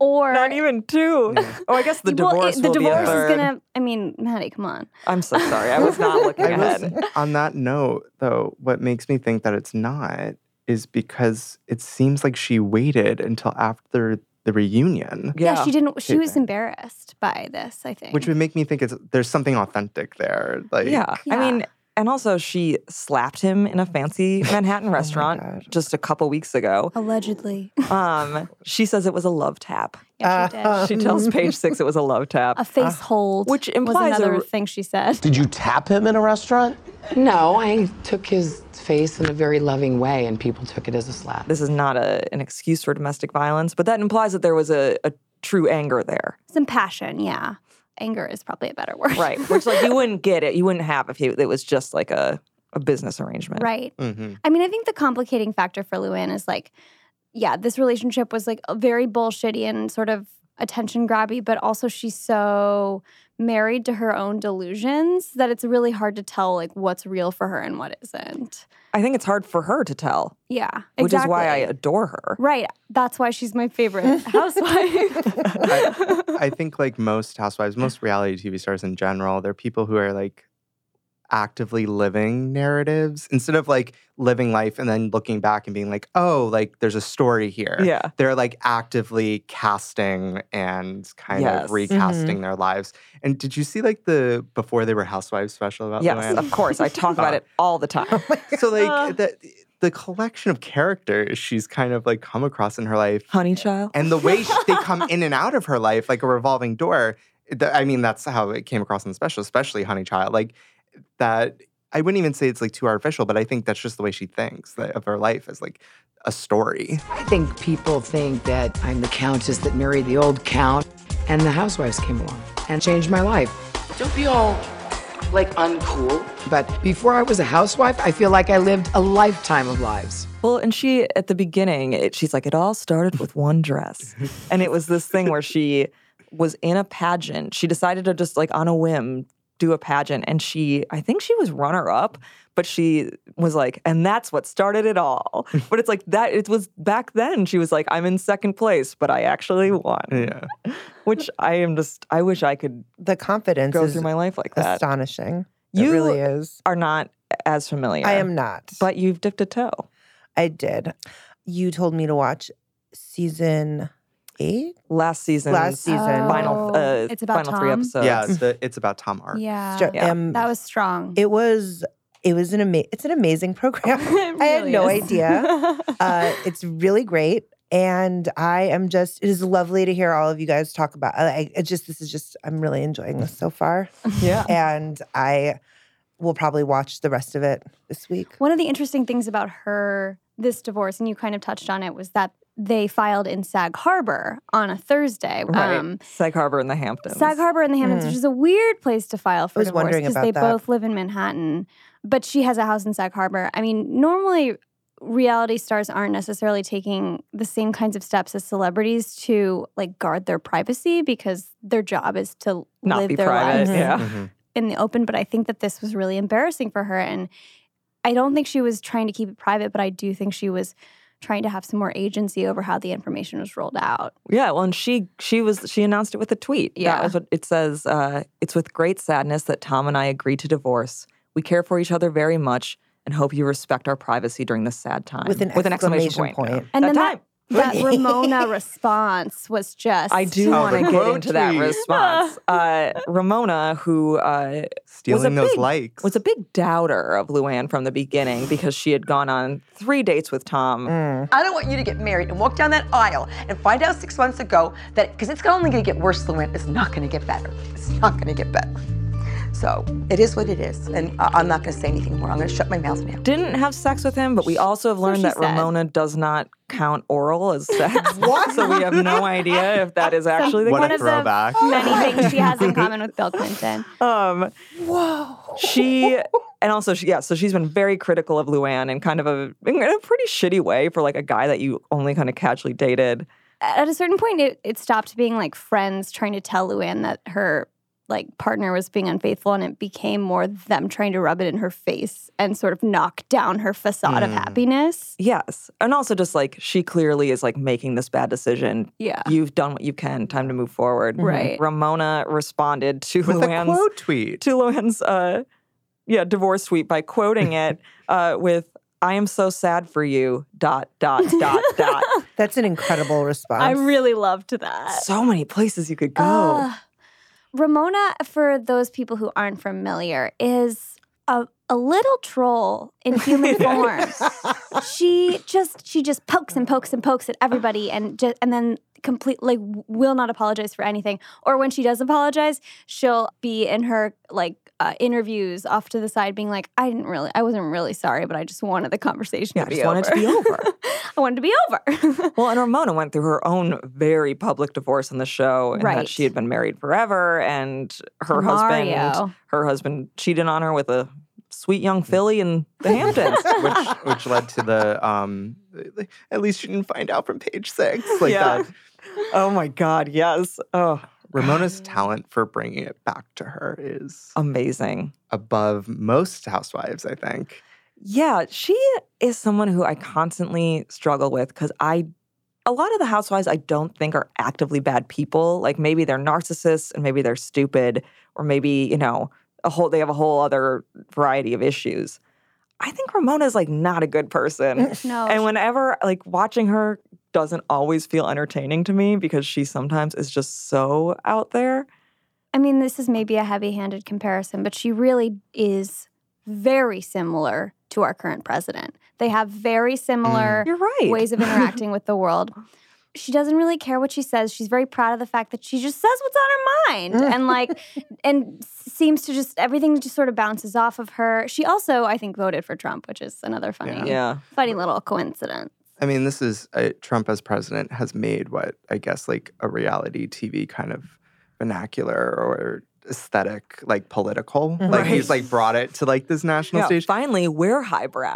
[SPEAKER 5] or.
[SPEAKER 2] Not even two. Oh, I guess the
[SPEAKER 5] Well, it-
[SPEAKER 2] divorce
[SPEAKER 5] the
[SPEAKER 2] will be a
[SPEAKER 5] divorce
[SPEAKER 2] third.
[SPEAKER 5] is gonna. I mean, Maddie, come on.
[SPEAKER 2] I'm so sorry. I was not looking
[SPEAKER 3] I
[SPEAKER 2] ahead.
[SPEAKER 3] will say, on that note, though, what makes me think that it's not is because it seems like she waited until after the reunion,
[SPEAKER 5] Yeah, she didn't. She
[SPEAKER 3] Too
[SPEAKER 5] was
[SPEAKER 3] bad.
[SPEAKER 5] embarrassed by this. I think.
[SPEAKER 3] which would make me think it's there's something authentic there. Like,
[SPEAKER 2] yeah. I
[SPEAKER 5] Yeah.
[SPEAKER 2] mean, and also she slapped him in a fancy Manhattan
[SPEAKER 5] Oh
[SPEAKER 2] restaurant
[SPEAKER 3] God.
[SPEAKER 2] just a couple weeks ago.
[SPEAKER 5] allegedly.
[SPEAKER 2] Um, she says it was a love tap.
[SPEAKER 5] Yeah, she did.
[SPEAKER 2] She tells Page Six it was a love tap.
[SPEAKER 5] A face hold,
[SPEAKER 2] Uh-huh. which implies
[SPEAKER 5] was
[SPEAKER 2] a
[SPEAKER 5] another
[SPEAKER 2] r-
[SPEAKER 5] thing she said.
[SPEAKER 8] Did you tap him in a restaurant?
[SPEAKER 6] No, I took his face in a very loving way, and people took it as a slap.
[SPEAKER 2] this is not a, an excuse for domestic violence, but that implies that there was a, a true anger there,
[SPEAKER 5] Some passion, yeah. Anger is probably a better word.
[SPEAKER 2] right? Which like you wouldn't get it, you wouldn't have if you, it was just like a, a business arrangement,
[SPEAKER 5] right.
[SPEAKER 3] mhm.
[SPEAKER 5] I mean, I think the complicating factor for Luann is like, yeah, this relationship was like a very bullshitty and sort of attention grabby, but also she's so married to her own delusions that it's really hard to tell like what's real for her and what isn't.
[SPEAKER 2] I think it's hard for her to tell,
[SPEAKER 5] Yeah,
[SPEAKER 2] which is why I
[SPEAKER 5] exactly.
[SPEAKER 2] adore her.
[SPEAKER 5] Right. That's why she's my favorite housewife.
[SPEAKER 3] I think like most housewives, most reality TV stars in general, they're people who are like actively living narratives instead of like living life and then looking back and being like, oh, like there's a story here.
[SPEAKER 2] Yeah.
[SPEAKER 3] They're like actively casting and kind
[SPEAKER 2] Yes. Mm-hmm.
[SPEAKER 3] of recasting their lives. And did you see like the before they were housewives special about
[SPEAKER 2] Yes,
[SPEAKER 3] Luann?
[SPEAKER 2] of course. I talk about it all the time.
[SPEAKER 3] So
[SPEAKER 2] Uh.
[SPEAKER 3] like the the collection of characters she's kind of like come across in her life
[SPEAKER 2] Honey child.
[SPEAKER 3] and the way sh- they come in and out of her life like a revolving door th- i mean that's how it came across in the special especially honey child like that i wouldn't even say it's like too artificial but i think that's just the way she thinks like, of her life as like a story
[SPEAKER 6] I think people think that I'm the countess that married the old count, and the housewives came along and changed my life. Don't be all like uncool. But before I was a housewife, I feel like I lived a lifetime of lives.
[SPEAKER 2] Well, and she at the beginning, it, she's like, it all started with one dress, and it was this thing where she was in a pageant. She decided to just like on a whim do a pageant, and she, I think she was runner up, but she was like, and that's what started it all. But it's like that. It was back then. She was like, I'm in second place, but I actually won.
[SPEAKER 3] yeah
[SPEAKER 2] Which I am just. I wish I could
[SPEAKER 1] the confidence
[SPEAKER 2] go
[SPEAKER 1] is
[SPEAKER 2] through my life like that.
[SPEAKER 1] astonishing.
[SPEAKER 2] You
[SPEAKER 1] it really is.
[SPEAKER 2] are not as familiar.
[SPEAKER 1] I am not.
[SPEAKER 2] but you've dipped a toe.
[SPEAKER 1] I did. You told me to watch season eight
[SPEAKER 2] Last season.
[SPEAKER 1] last season.
[SPEAKER 2] final
[SPEAKER 5] Oh,
[SPEAKER 2] uh,
[SPEAKER 5] it's about
[SPEAKER 2] final three
[SPEAKER 5] Tom?
[SPEAKER 2] episodes.
[SPEAKER 3] yeah it's, the, it's about tom Ark.
[SPEAKER 5] yeah.
[SPEAKER 1] Str-
[SPEAKER 2] Uh, Yeah.
[SPEAKER 1] um,
[SPEAKER 5] That was strong.
[SPEAKER 1] it was it was an ama- it's an amazing program. I had no idea. Uh, it's really great. And I am just, it is lovely to hear all of you guys talk about. I, I- it just, this is just, I'm really enjoying this so far.
[SPEAKER 2] Yeah.
[SPEAKER 1] And I will probably watch the rest of it this week.
[SPEAKER 5] One of the interesting things about her, this divorce, and you kind of touched on it, was that they filed in Sag Harbor on a Thursday.
[SPEAKER 2] Right. Mm. Sag Harbor in the Hamptons.
[SPEAKER 5] Um, Sag Harbor in the Hamptons,
[SPEAKER 1] Mhm.
[SPEAKER 5] which is a weird place to file for
[SPEAKER 1] was
[SPEAKER 5] divorce
[SPEAKER 1] wondering
[SPEAKER 5] because
[SPEAKER 1] about
[SPEAKER 5] they
[SPEAKER 1] that.
[SPEAKER 5] both live in Manhattan, but she has a house in Sag Harbor. I mean, normally reality stars aren't necessarily taking the same kinds of steps as celebrities to like guard their privacy because their job is to
[SPEAKER 2] Not
[SPEAKER 5] live
[SPEAKER 2] be
[SPEAKER 5] their
[SPEAKER 2] private.
[SPEAKER 5] lives
[SPEAKER 2] Yeah.
[SPEAKER 3] Mhm.
[SPEAKER 5] in the open, but I think that this was really embarrassing for her. And I don't think she was trying to keep it private, but I do think she was trying to have some more agency over how the information was rolled out.
[SPEAKER 2] Yeah, well, and she she was she announced it with a tweet.
[SPEAKER 5] Yeah.
[SPEAKER 2] that was what it says. Uh, it's with great sadness that Tom and I agreed to divorce. We care for each other very much and hope you respect our privacy during this sad time.
[SPEAKER 1] With an exclamation point.
[SPEAKER 5] And
[SPEAKER 2] That
[SPEAKER 5] then
[SPEAKER 2] time.
[SPEAKER 5] that that Ramona response was just
[SPEAKER 2] I do
[SPEAKER 3] Oh,
[SPEAKER 2] want
[SPEAKER 3] the
[SPEAKER 2] to get
[SPEAKER 3] quote
[SPEAKER 2] into that
[SPEAKER 3] tweet.
[SPEAKER 2] response. Uh, Ramona, who uh, was a
[SPEAKER 3] Stealing those
[SPEAKER 2] big-
[SPEAKER 3] likes.
[SPEAKER 2] was a big doubter of Luann from the beginning because she had gone on three dates with Tom.
[SPEAKER 1] Mm.
[SPEAKER 9] I don't want you to get married and walk down that aisle and find out six months ago that because it's only going to get worse, Luann. It's not going to get better. It's not going to get better. So it is what it is, and I- I'm not going to say anything more. I'm going to shut my mouth now.
[SPEAKER 2] Didn't have sex with him, but we also have learned
[SPEAKER 5] she
[SPEAKER 2] that
[SPEAKER 5] said.
[SPEAKER 2] Ramona does not count oral as sex. what? So we have no idea if that is actually the
[SPEAKER 3] What
[SPEAKER 5] one
[SPEAKER 3] a
[SPEAKER 5] of
[SPEAKER 2] case.
[SPEAKER 3] throwback.
[SPEAKER 5] the many things she has in common with Bill Clinton.
[SPEAKER 2] Um, Whoa. She and also she yeah, so she's been very critical of Luann in kind of a in a pretty shitty way for like a guy that you only kind of casually dated.
[SPEAKER 5] At a certain point, it, it stopped being like friends trying to tell Luann that her like partner was being unfaithful, and it became more them trying to rub it in her face and sort of knock down her facade of
[SPEAKER 3] Mm.
[SPEAKER 5] happiness.
[SPEAKER 2] Yes. And also just like she clearly is like making this bad decision.
[SPEAKER 5] Yeah.
[SPEAKER 2] You've done what you can, time to move forward.
[SPEAKER 5] Right.
[SPEAKER 2] Ramona responded to
[SPEAKER 3] With a
[SPEAKER 2] Luann's
[SPEAKER 3] quote tweet.
[SPEAKER 2] to Luann's uh yeah, divorce suite by quoting it uh with I am so sad for you dot dot dot dot.
[SPEAKER 1] That's an incredible response.
[SPEAKER 5] I really loved that.
[SPEAKER 2] So many places you could go.
[SPEAKER 5] Ugh. Ramona, for those people who aren't familiar, is a, a little troll in human form. she just she just pokes and pokes and pokes at everybody, and just, and then completely like, will not apologize for anything. Or when she does apologize, she'll be in her like. Uh, interviews off to the side, being like, "I didn't really, I wasn't really sorry, but I just wanted the conversation
[SPEAKER 2] Yeah,
[SPEAKER 5] to
[SPEAKER 2] I
[SPEAKER 5] be
[SPEAKER 2] just wanted it to be over.
[SPEAKER 5] I wanted to be over."
[SPEAKER 2] Well, and Ramona went through her own very public divorce on the show, and
[SPEAKER 5] Right.
[SPEAKER 2] that she had been married forever, and her husband,
[SPEAKER 5] Mario.
[SPEAKER 2] her husband cheated on her with a sweet young filly in the Hamptons.
[SPEAKER 3] which which led to the um at least you didn't find out from page six. Like
[SPEAKER 2] Yeah.
[SPEAKER 3] that
[SPEAKER 2] oh my God! Yes. Oh,
[SPEAKER 3] Ramona's talent for bringing it back to her is
[SPEAKER 2] amazing.
[SPEAKER 3] above most housewives, I think.
[SPEAKER 2] Yeah, she is someone who I constantly struggle with because I, a lot of the housewives I don't think are actively bad people. Like maybe they're narcissists and maybe they're stupid or maybe, you know, a whole they have a whole other variety of issues. I think Ramona is like not a good person.
[SPEAKER 5] no,
[SPEAKER 2] and whenever like watching her doesn't always feel entertaining to me because she sometimes is just so out there.
[SPEAKER 5] I mean, this is maybe a heavy handed comparison, but she really is very similar to our current president. They have very similar
[SPEAKER 2] Mm. You're right.
[SPEAKER 5] ways of interacting with the world. She doesn't really care what she says. She's very proud of the fact that she just says what's on her
[SPEAKER 2] Mm.
[SPEAKER 5] mind and like and seems to just everything just sort of bounces off of her. She also, I think, voted for Trump, which is another funny
[SPEAKER 2] yeah.
[SPEAKER 5] funny little coincidence.
[SPEAKER 3] I mean, this is uh, Trump as president has made what I guess like a reality TV kind of vernacular or aesthetic, like political. Like he's like brought it to like this national
[SPEAKER 2] yeah.
[SPEAKER 3] stage.
[SPEAKER 2] Finally, we're highbrow.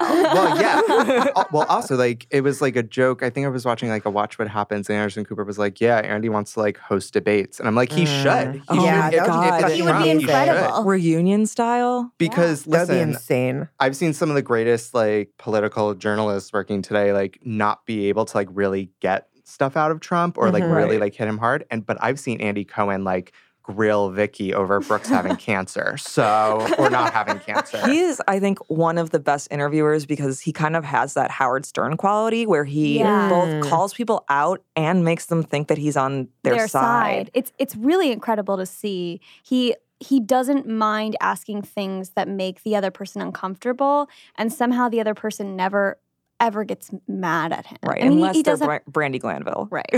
[SPEAKER 3] well, yeah. Al- well, also, like it was like a joke. I think I was watching like a Watch What Happens, and Anderson Cooper was like, "Yeah, Andy wants to like host debates," and I'm like, "He
[SPEAKER 1] Mm.
[SPEAKER 3] should. He
[SPEAKER 2] Oh
[SPEAKER 1] yeah,
[SPEAKER 2] my
[SPEAKER 3] should. If- if
[SPEAKER 2] God.
[SPEAKER 3] it's
[SPEAKER 1] He
[SPEAKER 5] would be
[SPEAKER 3] Trump, he should.
[SPEAKER 5] incredible.
[SPEAKER 2] Reunion style.
[SPEAKER 3] Because
[SPEAKER 1] That would be
[SPEAKER 3] listen,
[SPEAKER 1] insane.
[SPEAKER 3] I've seen some of the greatest like political journalists working today, like not be able to like really get stuff out of Trump or like
[SPEAKER 1] Mhm.
[SPEAKER 3] really
[SPEAKER 2] Right.
[SPEAKER 3] like hit him hard. And but I've seen Andy Cohen like grill Vicky over Brooks having cancer, so or not having cancer.
[SPEAKER 2] He is, I think, one of the best interviewers because he kind of has that Howard Stern quality where he
[SPEAKER 5] Yeah.
[SPEAKER 2] both calls people out and makes them think that he's on their, side.
[SPEAKER 5] It's it's really incredible to see. He he doesn't mind asking things that make the other person uncomfortable, and somehow the other person never ever gets mad at him.
[SPEAKER 2] Right.
[SPEAKER 5] I mean, he-
[SPEAKER 2] Unless
[SPEAKER 5] he,
[SPEAKER 2] they're
[SPEAKER 5] doesn't.
[SPEAKER 2] Bra- Brandy Glanville.
[SPEAKER 5] Right.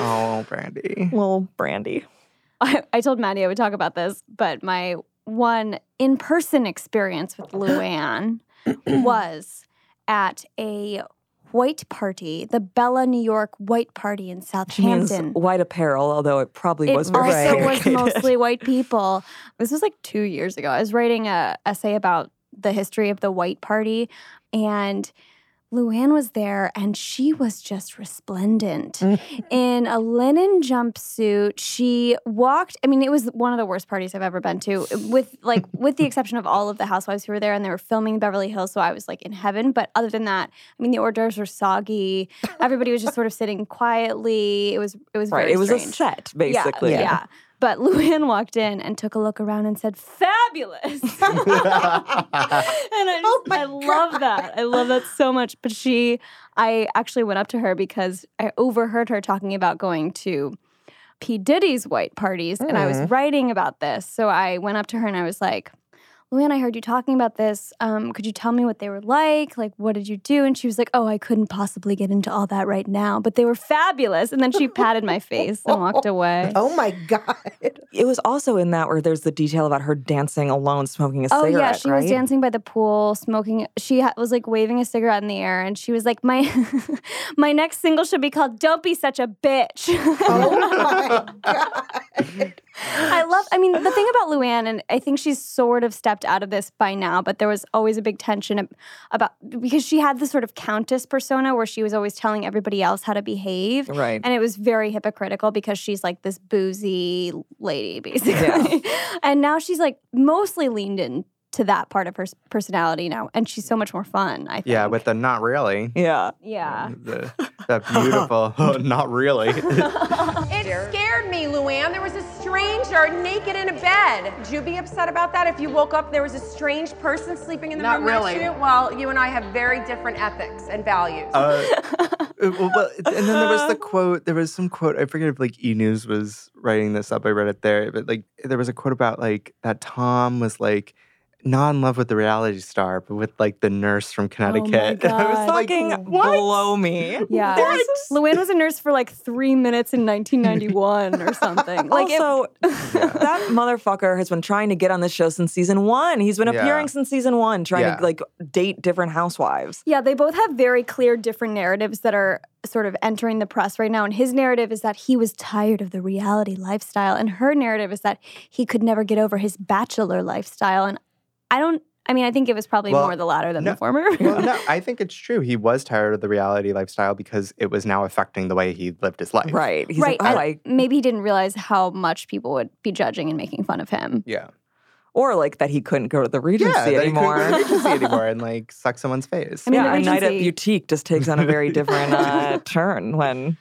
[SPEAKER 3] oh, Brandy.
[SPEAKER 2] well, Brandy.
[SPEAKER 5] I, I told Maddie I would talk about this, but my one in person experience with Luann was at a white party, the Bella New York white party in
[SPEAKER 2] She means
[SPEAKER 5] Southampton.
[SPEAKER 2] white apparel, although it probably
[SPEAKER 5] it
[SPEAKER 2] was very
[SPEAKER 5] also was
[SPEAKER 2] segregated.
[SPEAKER 5] mostly white people. This was like two years ago. I was writing a essay about the history of the white party, and Luann was there and she was just resplendent
[SPEAKER 2] Mm.
[SPEAKER 5] in a linen jumpsuit. She walked, I mean, it was one of the worst parties I've ever been to, with like with the exception of all of the housewives who were there and they were filming Beverly Hills, so I was like in heaven. But other than that, I mean the hors d'oeuvres were soggy. Everybody was just sort of sitting quietly. It was it was
[SPEAKER 2] Right.
[SPEAKER 5] very
[SPEAKER 2] It was a
[SPEAKER 5] strange.
[SPEAKER 2] set, basically.
[SPEAKER 5] Yeah, yeah. But Luann walked in and took a look around and said, "Fabulous." and I, just, I love that. I love that so much. But she, I actually went up to her because I overheard her talking about going to P. Diddy's white parties, and I was writing about this. So I went up to her and I was like, Luann, I heard you talking about this. Um, could you tell me what they were like? Like, what did you do? And she was like, Oh, I couldn't possibly get into all that right now, but they were fabulous. And then she patted my face and walked away.
[SPEAKER 1] Oh my God.
[SPEAKER 2] It was also in that where there's the detail about her dancing alone, smoking a
[SPEAKER 5] Oh
[SPEAKER 2] cigarette.
[SPEAKER 5] yeah, she
[SPEAKER 2] right?
[SPEAKER 5] was dancing by the pool, smoking. She ha- was like waving a cigarette in the air, and she was like, "My, my next single should be called Don't Be Such a Bitch." I love. I mean, the thing about Luann, and I think she's sort of stepped out of this by now, but there was always a big tension ab- about because she had this sort of countess persona where she was always telling everybody else how to behave,
[SPEAKER 2] Right.
[SPEAKER 5] and it was very hypocritical because she's like this boozy lady, basically. and now she's like mostly leaned in to that part of her s- personality now, and she's so much more fun. I think.
[SPEAKER 3] Yeah, with the not really.
[SPEAKER 2] yeah.
[SPEAKER 5] yeah.
[SPEAKER 3] The, that beautiful not really.
[SPEAKER 9] It scared me, Luann. There was a stranger naked in a bed. Would you be upset about that if you woke up and there was a strange person sleeping in the
[SPEAKER 7] Not
[SPEAKER 9] room
[SPEAKER 7] really.
[SPEAKER 9] next to you? Well, you and I have very different ethics and values.
[SPEAKER 3] Uh, well, but, and then there was the quote. There was some quote. I forget if like E News was writing this up. I read it there, but like there was a quote about like that Tom was like not in love with the reality star, but with like the nurse from Connecticut. And I was
[SPEAKER 5] Oh God.
[SPEAKER 3] like,
[SPEAKER 2] Fucking blow me.
[SPEAKER 5] Yeah. Luann was a nurse for like three minutes in 1991 or something. Like, it-
[SPEAKER 2] also, that motherfucker has been trying to get on this show since season one. He's been
[SPEAKER 3] Yeah.
[SPEAKER 2] appearing since season one, trying
[SPEAKER 3] Yeah.
[SPEAKER 2] to like date different housewives.
[SPEAKER 5] yeah, they both have very clear different narratives that are sort of entering the press right now. And his narrative is that he was tired of the reality lifestyle, and her narrative is that he could never get over his bachelor lifestyle. And I don't. I mean, I think it was probably
[SPEAKER 3] Well,
[SPEAKER 5] more the latter than
[SPEAKER 3] no.
[SPEAKER 5] the former.
[SPEAKER 3] well, no, I think it's true. He was tired of the reality lifestyle because it was now affecting the way he lived his life.
[SPEAKER 2] Right. He's
[SPEAKER 5] right.
[SPEAKER 2] like, oh,
[SPEAKER 5] and
[SPEAKER 2] I,
[SPEAKER 5] maybe he didn't realize how much people would be judging and making fun of him.
[SPEAKER 3] Yeah.
[SPEAKER 2] or like that he couldn't go to the
[SPEAKER 3] Yeah.
[SPEAKER 2] Regency
[SPEAKER 3] that he couldn't
[SPEAKER 2] anymore.
[SPEAKER 3] go to agency anymore and like suck someone's face.
[SPEAKER 5] I mean,
[SPEAKER 2] yeah, a
[SPEAKER 5] the
[SPEAKER 2] night at
[SPEAKER 5] Regency-
[SPEAKER 2] boutique just takes on a very different uh, turn when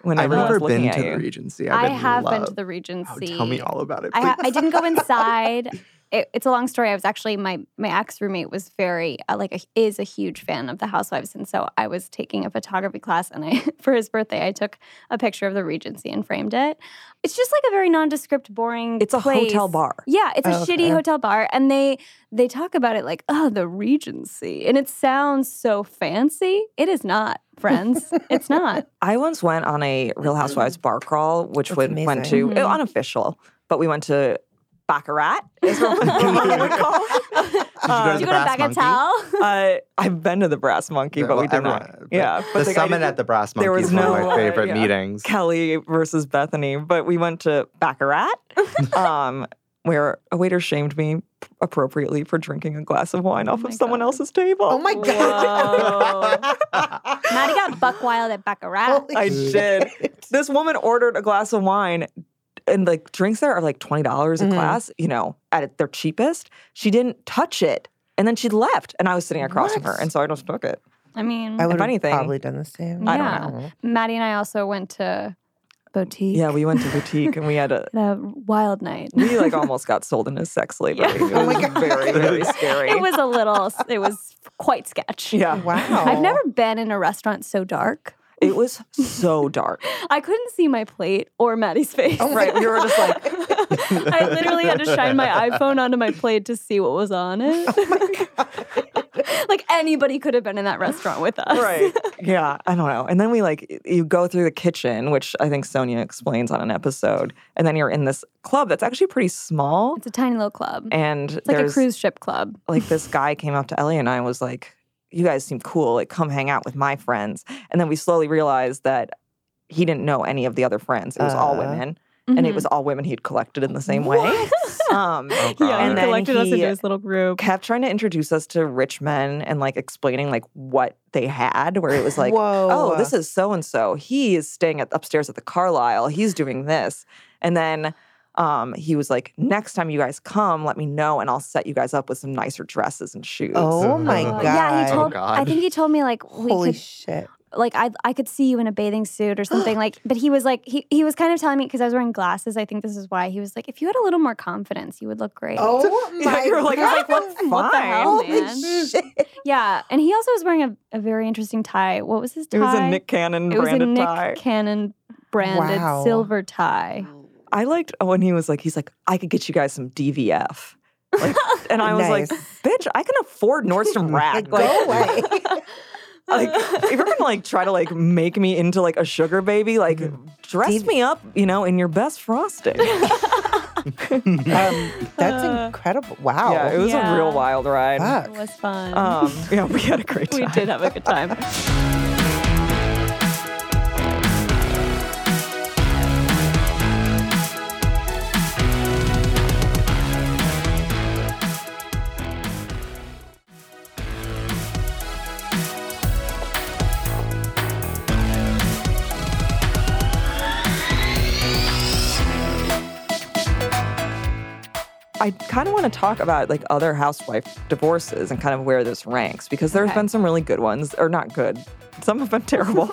[SPEAKER 2] when
[SPEAKER 3] I've
[SPEAKER 2] everyone's
[SPEAKER 3] never
[SPEAKER 2] looking
[SPEAKER 3] been
[SPEAKER 2] at
[SPEAKER 3] to the
[SPEAKER 2] you.
[SPEAKER 3] Regency. I've
[SPEAKER 5] I
[SPEAKER 3] been
[SPEAKER 5] have
[SPEAKER 3] love.
[SPEAKER 5] been to the Regency.
[SPEAKER 3] Oh, tell me all about it.
[SPEAKER 5] I, ha-
[SPEAKER 3] please.
[SPEAKER 5] I didn't go inside. It, it's a long story. I was actually my my ex roommate was very uh, like a, is a huge fan of the Housewives, and so I was taking a photography class, and I for his birthday I took a picture of the Regency and framed it. It's just like a very nondescript, boring.
[SPEAKER 2] It's a
[SPEAKER 5] place.
[SPEAKER 2] hotel bar.
[SPEAKER 5] Yeah, it's a
[SPEAKER 1] Oh,
[SPEAKER 5] shitty
[SPEAKER 1] okay.
[SPEAKER 5] hotel bar, and they they talk about it like oh the Regency, and it sounds so fancy. It is not, friends. it's not.
[SPEAKER 2] I once went on a Real Housewives bar crawl, which
[SPEAKER 1] That's
[SPEAKER 2] went, went to
[SPEAKER 5] amazing.
[SPEAKER 2] it- unofficial, but we went to Baccarat. Is what Ramona would call. it.
[SPEAKER 3] go to
[SPEAKER 2] Um,
[SPEAKER 5] Did uh, you go
[SPEAKER 3] the
[SPEAKER 5] to
[SPEAKER 3] brass monkey?
[SPEAKER 5] Bagatelle?
[SPEAKER 2] uh, I've been to the Brass Monkey,
[SPEAKER 3] Yeah,
[SPEAKER 2] but
[SPEAKER 3] well,
[SPEAKER 2] we did not.
[SPEAKER 3] everyone-
[SPEAKER 2] Yeah, but
[SPEAKER 3] the
[SPEAKER 2] they got-
[SPEAKER 3] summit at the Brass Monkey
[SPEAKER 2] there was
[SPEAKER 3] is one
[SPEAKER 2] no,
[SPEAKER 3] of
[SPEAKER 2] uh,
[SPEAKER 3] my favorite
[SPEAKER 2] yeah.
[SPEAKER 3] meetings.
[SPEAKER 2] Kelly versus Bethany, but we went to Baccarat, um, where a waiter shamed me appropriately for drinking a glass of wine off
[SPEAKER 5] my
[SPEAKER 2] of someone
[SPEAKER 5] God.
[SPEAKER 2] else's table.
[SPEAKER 1] Oh my God.
[SPEAKER 5] Maddie got buck wild at Baccarat.
[SPEAKER 1] Holy
[SPEAKER 2] I
[SPEAKER 1] shit.
[SPEAKER 2] did. This woman ordered a glass of wine, and like drinks there are like twenty dollars a
[SPEAKER 1] Mhm.
[SPEAKER 2] glass. You know, at their cheapest. She didn't touch it, and then she left, and I was sitting across from her,
[SPEAKER 1] What?
[SPEAKER 2] and so I just took it.
[SPEAKER 5] I mean,
[SPEAKER 1] I would have
[SPEAKER 2] anything-
[SPEAKER 1] probably done the same.
[SPEAKER 5] I
[SPEAKER 2] don't
[SPEAKER 5] know. Maddie and I also went to boutique.
[SPEAKER 2] Yeah, we went to boutique, and we had a.
[SPEAKER 5] Had a wild night.
[SPEAKER 2] We like almost got sold into sex slavery.
[SPEAKER 5] Yeah.
[SPEAKER 2] It was very, very scary.
[SPEAKER 5] it was a little. It was quite sketch.
[SPEAKER 2] Yeah.
[SPEAKER 1] Wow.
[SPEAKER 5] I've never been in a restaurant so dark.
[SPEAKER 2] It was so dark.
[SPEAKER 5] I couldn't see my plate or Maddie's face.
[SPEAKER 2] Oh, right. We were just like,
[SPEAKER 5] I literally had to shine my iPhone onto my plate to see what was on it.
[SPEAKER 2] Oh
[SPEAKER 5] like anybody could have been in that restaurant with us.
[SPEAKER 2] right. Yeah. I don't know. And then we like, y- you go through the kitchen, which I think Sonia explains on an episode. And then you're in this club that's actually pretty small.
[SPEAKER 5] It's a tiny little club.
[SPEAKER 2] And
[SPEAKER 5] it's like a
[SPEAKER 2] there's
[SPEAKER 5] cruise ship club.
[SPEAKER 2] like this guy came up to Ellie and I and was like, you guys seem cool. Like, come hang out with my friends. And then we slowly realized that he didn't know any of the other friends. It was all
[SPEAKER 1] Uh.
[SPEAKER 2] women. and
[SPEAKER 5] Mm-hmm.
[SPEAKER 2] it was all women he'd collected in the same way. Um,
[SPEAKER 3] Oh,
[SPEAKER 2] and
[SPEAKER 3] God.
[SPEAKER 4] Uh,
[SPEAKER 3] he
[SPEAKER 2] then
[SPEAKER 10] collected us
[SPEAKER 2] he
[SPEAKER 10] into his little group.
[SPEAKER 2] kept trying to introduce us to rich men and like explaining like what they had, where it was like,
[SPEAKER 1] Whoa.
[SPEAKER 2] oh, this is so and so. He is staying at upstairs at the Carlisle. He's doing this, and then um, he was like, next time you guys come, let me know, and I'll set you guys up with some nicer dresses and shoes.
[SPEAKER 1] Oh my
[SPEAKER 3] Uh,
[SPEAKER 1] god.
[SPEAKER 5] yeah, he
[SPEAKER 3] Oh,
[SPEAKER 5] told.
[SPEAKER 3] God.
[SPEAKER 5] I think he told me like we
[SPEAKER 1] Holy
[SPEAKER 5] could
[SPEAKER 1] shit.
[SPEAKER 5] like I I could see you in a bathing suit or something like but he was like he, he was kind of telling me because I was wearing glasses I think this is why he was like if you had a little more confidence you would look great
[SPEAKER 1] Oh my
[SPEAKER 2] you were like,
[SPEAKER 1] god.
[SPEAKER 2] I was like, what?
[SPEAKER 5] What the
[SPEAKER 2] Fine.
[SPEAKER 5] hell,
[SPEAKER 1] Holy
[SPEAKER 5] man?
[SPEAKER 1] shit.
[SPEAKER 5] yeah and he also was wearing a, a very interesting tie what was his tie
[SPEAKER 2] It was a Nick Cannon
[SPEAKER 5] It was a
[SPEAKER 2] branded
[SPEAKER 5] Nick
[SPEAKER 2] tie.
[SPEAKER 5] Cannon branded
[SPEAKER 1] Wow.
[SPEAKER 5] silver tie
[SPEAKER 10] Oh,
[SPEAKER 2] I liked when he was like, he's like, I could get you guys some DVF. Like, and I was like,
[SPEAKER 1] Nice.
[SPEAKER 2] bitch, I can afford Nordstrom Rack.
[SPEAKER 1] Go away.
[SPEAKER 2] like, if you're gonna like try to like make me into like a sugar baby, like dress me up, you know, in your best frosting.
[SPEAKER 1] Um, that's incredible. Wow.
[SPEAKER 2] yeah, it was a real
[SPEAKER 10] Yeah.
[SPEAKER 2] wild ride.
[SPEAKER 1] Fuck.
[SPEAKER 5] it was fun
[SPEAKER 2] Um, yeah, we had a great time.
[SPEAKER 10] We did have a good time.
[SPEAKER 2] I kind of want to talk about like other housewife divorces and kind of where this ranks because there's been some really good ones, or not good. Some have been terrible.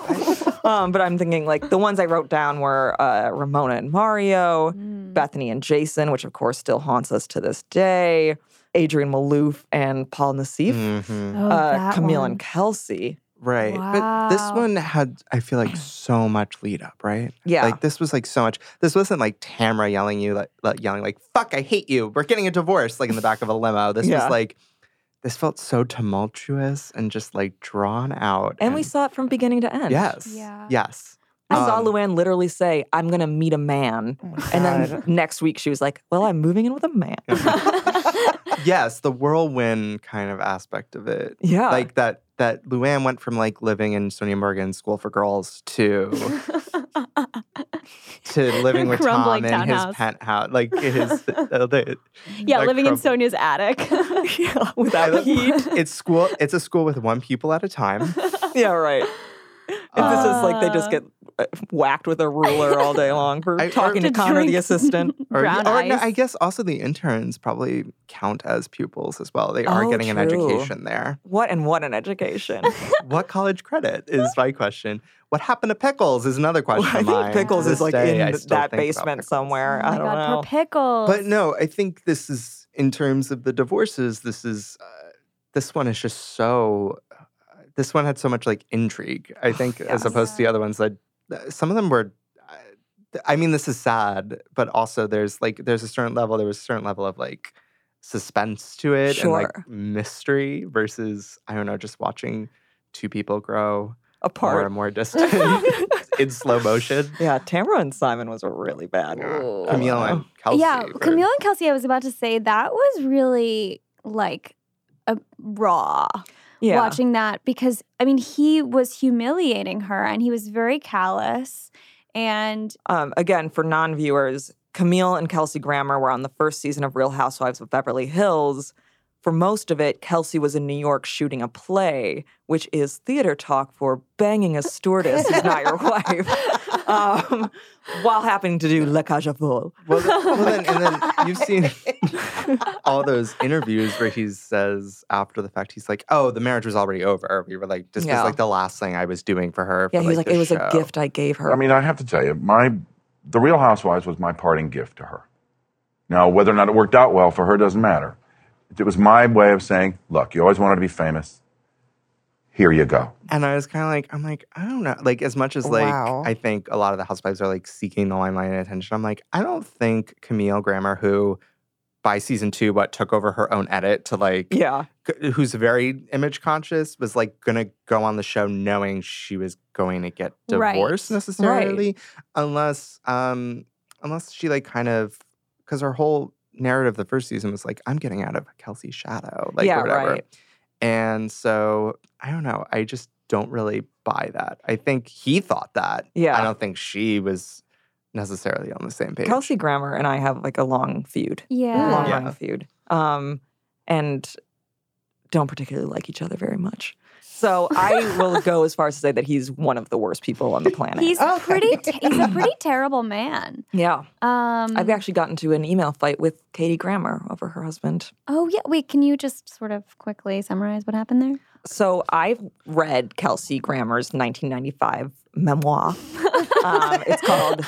[SPEAKER 2] um, but I'm thinking like the ones I wrote down were uh, Ramona and Mario, Bethany and Jason, which of course still haunts us to this day, Adrian Malouf and Paul Nassif,
[SPEAKER 3] Mhm.
[SPEAKER 2] uh,
[SPEAKER 5] oh, that
[SPEAKER 2] Camille
[SPEAKER 5] one.
[SPEAKER 2] and Kelsey.
[SPEAKER 3] Right. But this
[SPEAKER 5] Wow.
[SPEAKER 3] one had, I feel like, so much lead up, right?
[SPEAKER 2] Yeah.
[SPEAKER 3] Like this was like so much. This wasn't like Tamara yelling you like, like yelling like "fuck, I hate you. We're getting a divorce." Like in the back of a limo. This
[SPEAKER 2] Yeah.
[SPEAKER 3] was like, this felt so tumultuous and just like drawn out.
[SPEAKER 2] and we saw it from beginning to end.
[SPEAKER 3] yes,
[SPEAKER 5] Yeah.
[SPEAKER 3] yes.
[SPEAKER 2] I saw
[SPEAKER 3] Um,
[SPEAKER 2] Luann literally say, I'm going to meet a man.
[SPEAKER 1] Oh my
[SPEAKER 2] And then
[SPEAKER 1] God.
[SPEAKER 2] next week she was like, Well, I'm moving in with a man.
[SPEAKER 3] yes, the whirlwind kind of aspect of it.
[SPEAKER 2] yeah.
[SPEAKER 3] Like that that Luann went from like living in Sonia Morgan's School for Girls to to living with Tom
[SPEAKER 10] Crumbling
[SPEAKER 3] in
[SPEAKER 10] townhouse.
[SPEAKER 3] his penthouse, like his uh, the-
[SPEAKER 10] Yeah,
[SPEAKER 3] like
[SPEAKER 10] living in
[SPEAKER 3] crumb-
[SPEAKER 10] Sonia's attic.
[SPEAKER 2] yeah,
[SPEAKER 3] I
[SPEAKER 2] without
[SPEAKER 3] love-
[SPEAKER 2] heat.
[SPEAKER 5] Oh
[SPEAKER 3] It's school. It's a school with one pupil at a time.
[SPEAKER 2] yeah, right. If this is like they just get uh, whacked with a ruler all day long for
[SPEAKER 3] I- or-
[SPEAKER 2] talking to
[SPEAKER 10] To
[SPEAKER 2] Connor, the
[SPEAKER 10] drink.
[SPEAKER 2] assistant.
[SPEAKER 3] Or,
[SPEAKER 10] Brown
[SPEAKER 3] or no,
[SPEAKER 10] eyes.
[SPEAKER 3] I guess also the interns probably count as pupils as well. They are
[SPEAKER 2] Oh,
[SPEAKER 3] getting an
[SPEAKER 2] true.
[SPEAKER 3] education there.
[SPEAKER 2] What and what an education.
[SPEAKER 3] what college credit is my question. What happened to pickles is another question.
[SPEAKER 2] I think
[SPEAKER 3] of mine.
[SPEAKER 2] Pickles
[SPEAKER 3] To
[SPEAKER 2] is
[SPEAKER 3] this
[SPEAKER 2] like
[SPEAKER 3] day, I
[SPEAKER 2] in
[SPEAKER 3] still
[SPEAKER 2] that
[SPEAKER 3] think about
[SPEAKER 2] basement
[SPEAKER 3] Pickles.
[SPEAKER 2] somewhere.
[SPEAKER 5] oh my
[SPEAKER 2] I don't
[SPEAKER 5] God,
[SPEAKER 2] know.
[SPEAKER 5] poor pickles
[SPEAKER 3] But no, I think this is in terms of the divorces. This is uh, this one is just so. uh, This one had so much like intrigue. I think as
[SPEAKER 2] yes.
[SPEAKER 3] opposed to the other ones that uh, some of them were. uh, I mean, this is sad, but also there's like there's a certain level. There was a certain level of like suspense to it and
[SPEAKER 2] Sure.
[SPEAKER 3] like mystery versus I don't know, just watching two people grow more
[SPEAKER 2] Apart.
[SPEAKER 3] and more distant in slow motion.
[SPEAKER 2] yeah, Tamara and Simon was a really bad. one.
[SPEAKER 3] Camille
[SPEAKER 2] oh.
[SPEAKER 3] and Kelsey.
[SPEAKER 5] yeah,
[SPEAKER 3] were-
[SPEAKER 5] Camille and Kelsey. I was about to say that was really like a raw
[SPEAKER 2] Yeah.
[SPEAKER 5] watching that because I mean he was humiliating her and he was very callous and
[SPEAKER 2] Um, again, for non viewers, Camille and Kelsey Grammer were on the first season of Real Housewives of Beverly Hills. For most of it, Kelsey was in New York shooting a play, which is theater talk for banging a stewardess who's not your wife, um, while having to do La Cage aux Folles.
[SPEAKER 3] Well, th- well then, and then you've seen all those interviews where he says after the fact, he's like, "Oh, the marriage was already over. We were like, this
[SPEAKER 2] Yeah.
[SPEAKER 3] was like the last thing I was doing for her." For,
[SPEAKER 2] Yeah, he was like,
[SPEAKER 3] this
[SPEAKER 2] it was a
[SPEAKER 3] show."
[SPEAKER 2] gift I gave her.
[SPEAKER 11] I mean, I have to tell you, my the Real Housewives was my parting gift to her. Now, whether or not it worked out well for her doesn't matter. It was my way of saying, look, you always wanted to be famous. Here you go.
[SPEAKER 3] And I was kind of like, I'm like, I don't know. Like, as much as like,
[SPEAKER 1] Wow.
[SPEAKER 3] I think a lot of the housewives are like seeking the limelight and attention. I'm like, I don't think Camille Grammer, who by season two, what took over her own edit to like,
[SPEAKER 2] yeah.
[SPEAKER 3] c- who's very image conscious, was like gonna go on the show knowing she was going to get
[SPEAKER 5] Right.
[SPEAKER 3] divorced necessarily, unless um unless she like kind of because her whole narrative the first season was like I'm getting out of Kelsey's shadow, like
[SPEAKER 2] Yeah,
[SPEAKER 3] or whatever.
[SPEAKER 2] right.
[SPEAKER 3] And so I don't know, I just don't really buy that. I think he thought that.
[SPEAKER 2] Yeah.
[SPEAKER 3] I don't think she was necessarily on the same page.
[SPEAKER 2] Kelsey Grammer and I have like a long feud.
[SPEAKER 5] Yeah.
[SPEAKER 2] Long
[SPEAKER 3] Yeah.
[SPEAKER 2] running feud. Um, and don't particularly like each other very much. So I will go as far as to say that he's one of the worst people on the planet.
[SPEAKER 5] He's
[SPEAKER 1] Okay.
[SPEAKER 5] pretty. T- he's a pretty terrible man.
[SPEAKER 2] yeah.
[SPEAKER 5] Um,
[SPEAKER 2] I've actually gotten into an email fight with Katie Grammer over her husband.
[SPEAKER 5] Oh yeah. Wait. Can you just sort of quickly summarize what happened there?
[SPEAKER 2] So I've read Kelsey Grammer's 1995 memoir. um, it's called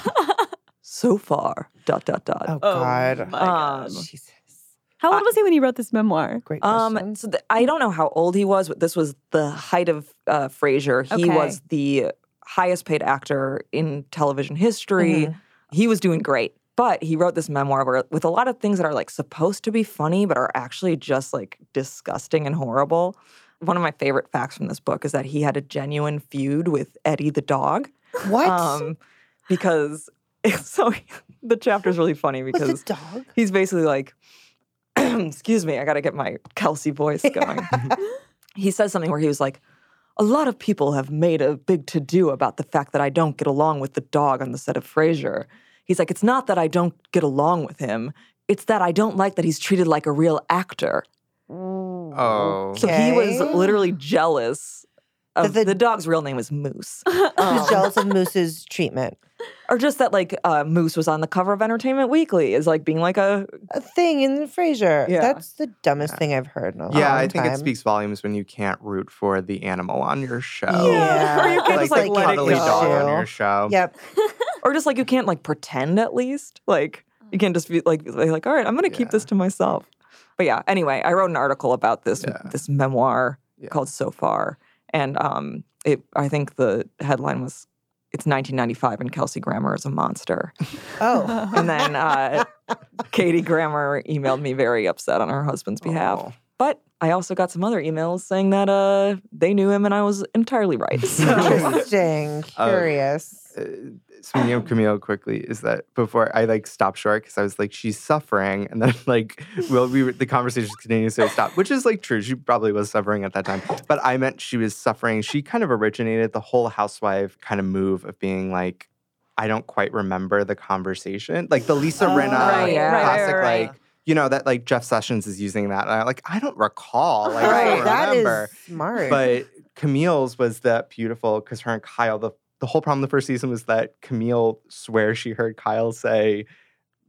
[SPEAKER 2] So Far, dot, dot, dot.
[SPEAKER 1] Oh, God.
[SPEAKER 2] Um,
[SPEAKER 1] Jesus.
[SPEAKER 5] How
[SPEAKER 3] Uh,
[SPEAKER 5] old was he when he wrote this memoir?
[SPEAKER 1] Great question.
[SPEAKER 2] Um, so th- I don't know how old he was, but this was the height of uh, Frasier. He
[SPEAKER 5] Okay.
[SPEAKER 2] was the highest paid actor in television history.
[SPEAKER 1] Mm-hmm.
[SPEAKER 2] He was doing great, but he wrote this memoir where, with a lot of things that are like supposed to be funny, but are actually just like disgusting and horrible. One of my favorite facts from this book is that he had a genuine feud with Eddie the dog.
[SPEAKER 1] what?
[SPEAKER 2] Um, because so the chapter's really funny
[SPEAKER 1] With
[SPEAKER 2] because
[SPEAKER 1] the dog?
[SPEAKER 2] he's basically like, excuse me, I got to get my Kelsey voice going. he says something where he was like, a lot of people have made a big to do about the fact that I don't get along with the dog on the set of Frasier. He's like, it's not that I don't get along with him. It's that I don't like that he's treated like a real actor.
[SPEAKER 3] Oh.
[SPEAKER 2] So he was
[SPEAKER 1] Okay.
[SPEAKER 2] literally jealous of
[SPEAKER 1] That the-
[SPEAKER 2] the, dog's real name was Moose.
[SPEAKER 1] Who's jealous of Moose's treatment?
[SPEAKER 2] or just that like uh, Moose was on the cover of Entertainment Weekly is like being like a
[SPEAKER 1] A thing in Frasier.
[SPEAKER 2] Yeah.
[SPEAKER 1] That's the dumbest thing I've heard in a long
[SPEAKER 3] Yeah, I think
[SPEAKER 1] time.
[SPEAKER 3] it speaks volumes when you can't root for the animal on your show.
[SPEAKER 1] Yeah.
[SPEAKER 2] Or you can't
[SPEAKER 3] Like,
[SPEAKER 2] just like,
[SPEAKER 3] the
[SPEAKER 2] let it
[SPEAKER 3] cuddly
[SPEAKER 2] go.
[SPEAKER 3] dog on your show.
[SPEAKER 1] Yep.
[SPEAKER 2] or just like you can't like pretend at least like you can't just be like like, like, all right i'm gonna keep this to myself but yeah anyway i wrote an article about this
[SPEAKER 3] Yeah.
[SPEAKER 2] this memoir
[SPEAKER 3] Yeah.
[SPEAKER 2] called so far and um it i think the headline was it's 1995 and kelsey grammer is a monster
[SPEAKER 1] Oh.
[SPEAKER 2] and then uh, katie grammer emailed me very upset on her husband's behalf
[SPEAKER 3] Oh.
[SPEAKER 2] but i also got some other emails saying that uh they knew him and i was entirely right so.
[SPEAKER 1] Oh, Interesting.
[SPEAKER 3] Uh,
[SPEAKER 1] Curious.
[SPEAKER 3] Uh, Speaking of Camille quickly, is that before I like stopped short because I was like, she's suffering, and then like, well, we were, the conversation continues, so I stopped, which is like true. She probably was suffering at that time, but I meant she was suffering. She kind of originated the whole housewife kind of move of being like, I don't quite remember the conversation, like the Lisa
[SPEAKER 1] Oh,
[SPEAKER 3] Rinna
[SPEAKER 2] right, yeah. Right,
[SPEAKER 3] classic,
[SPEAKER 2] right, right.
[SPEAKER 3] like you know that like Jeff Sessions is using that, and I'm like, I don't recall, like I
[SPEAKER 1] Right,
[SPEAKER 3] don't
[SPEAKER 1] that
[SPEAKER 3] remember.
[SPEAKER 1] is smart.
[SPEAKER 3] But Camille's was that beautiful because her and Kyle, the, the whole problem the first season was that Camille swears she heard Kyle say,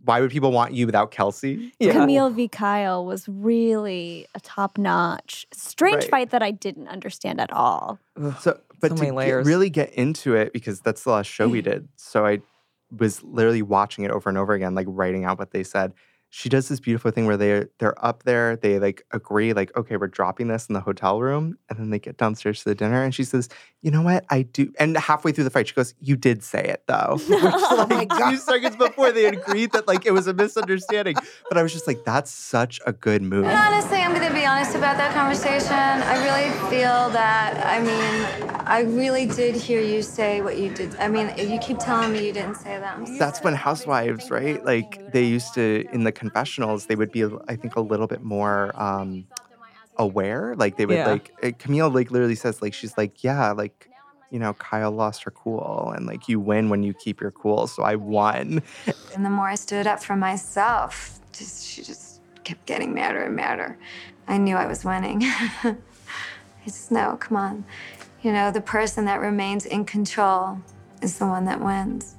[SPEAKER 3] Why would people want you without Kelsey?
[SPEAKER 2] Yeah.
[SPEAKER 5] Camille v. Kyle was really a top notch. Strange
[SPEAKER 3] Right.
[SPEAKER 5] fight that I didn't understand at all.
[SPEAKER 3] So, but
[SPEAKER 2] many
[SPEAKER 3] to
[SPEAKER 2] layers.
[SPEAKER 3] Get, really get into it, because that's the last show we did. So I was literally watching it over and over again, like writing out what they said. She does this beautiful thing where they they're up there, they like agree, like, okay, we're dropping this in the hotel room, and then they get downstairs to the dinner, and she says, you know what, I do. And halfway through the fight, she goes, you did say it though, which
[SPEAKER 1] Oh my
[SPEAKER 3] like
[SPEAKER 1] God.
[SPEAKER 3] two seconds before they agreed that like it was a misunderstanding. But I was just like, that's such a good move.
[SPEAKER 10] Honestly, I'm gonna be honest about that conversation. I really feel that, I mean, I really did hear you say what you did. I mean, you keep telling me you didn't say that. I'm sorry.
[SPEAKER 3] that's when housewives right like they used to in the confessionals they would be i think a little bit more um aware like they would
[SPEAKER 2] Yeah.
[SPEAKER 3] like uh, camille like literally says like she's like yeah like you know kyle lost her cool and like you win when you keep your cool so i won
[SPEAKER 10] And the more I stood up for myself, just she just kept getting madder and madder. I knew I was winning. I just know, come on. You know, the person that remains in control is the one that wins.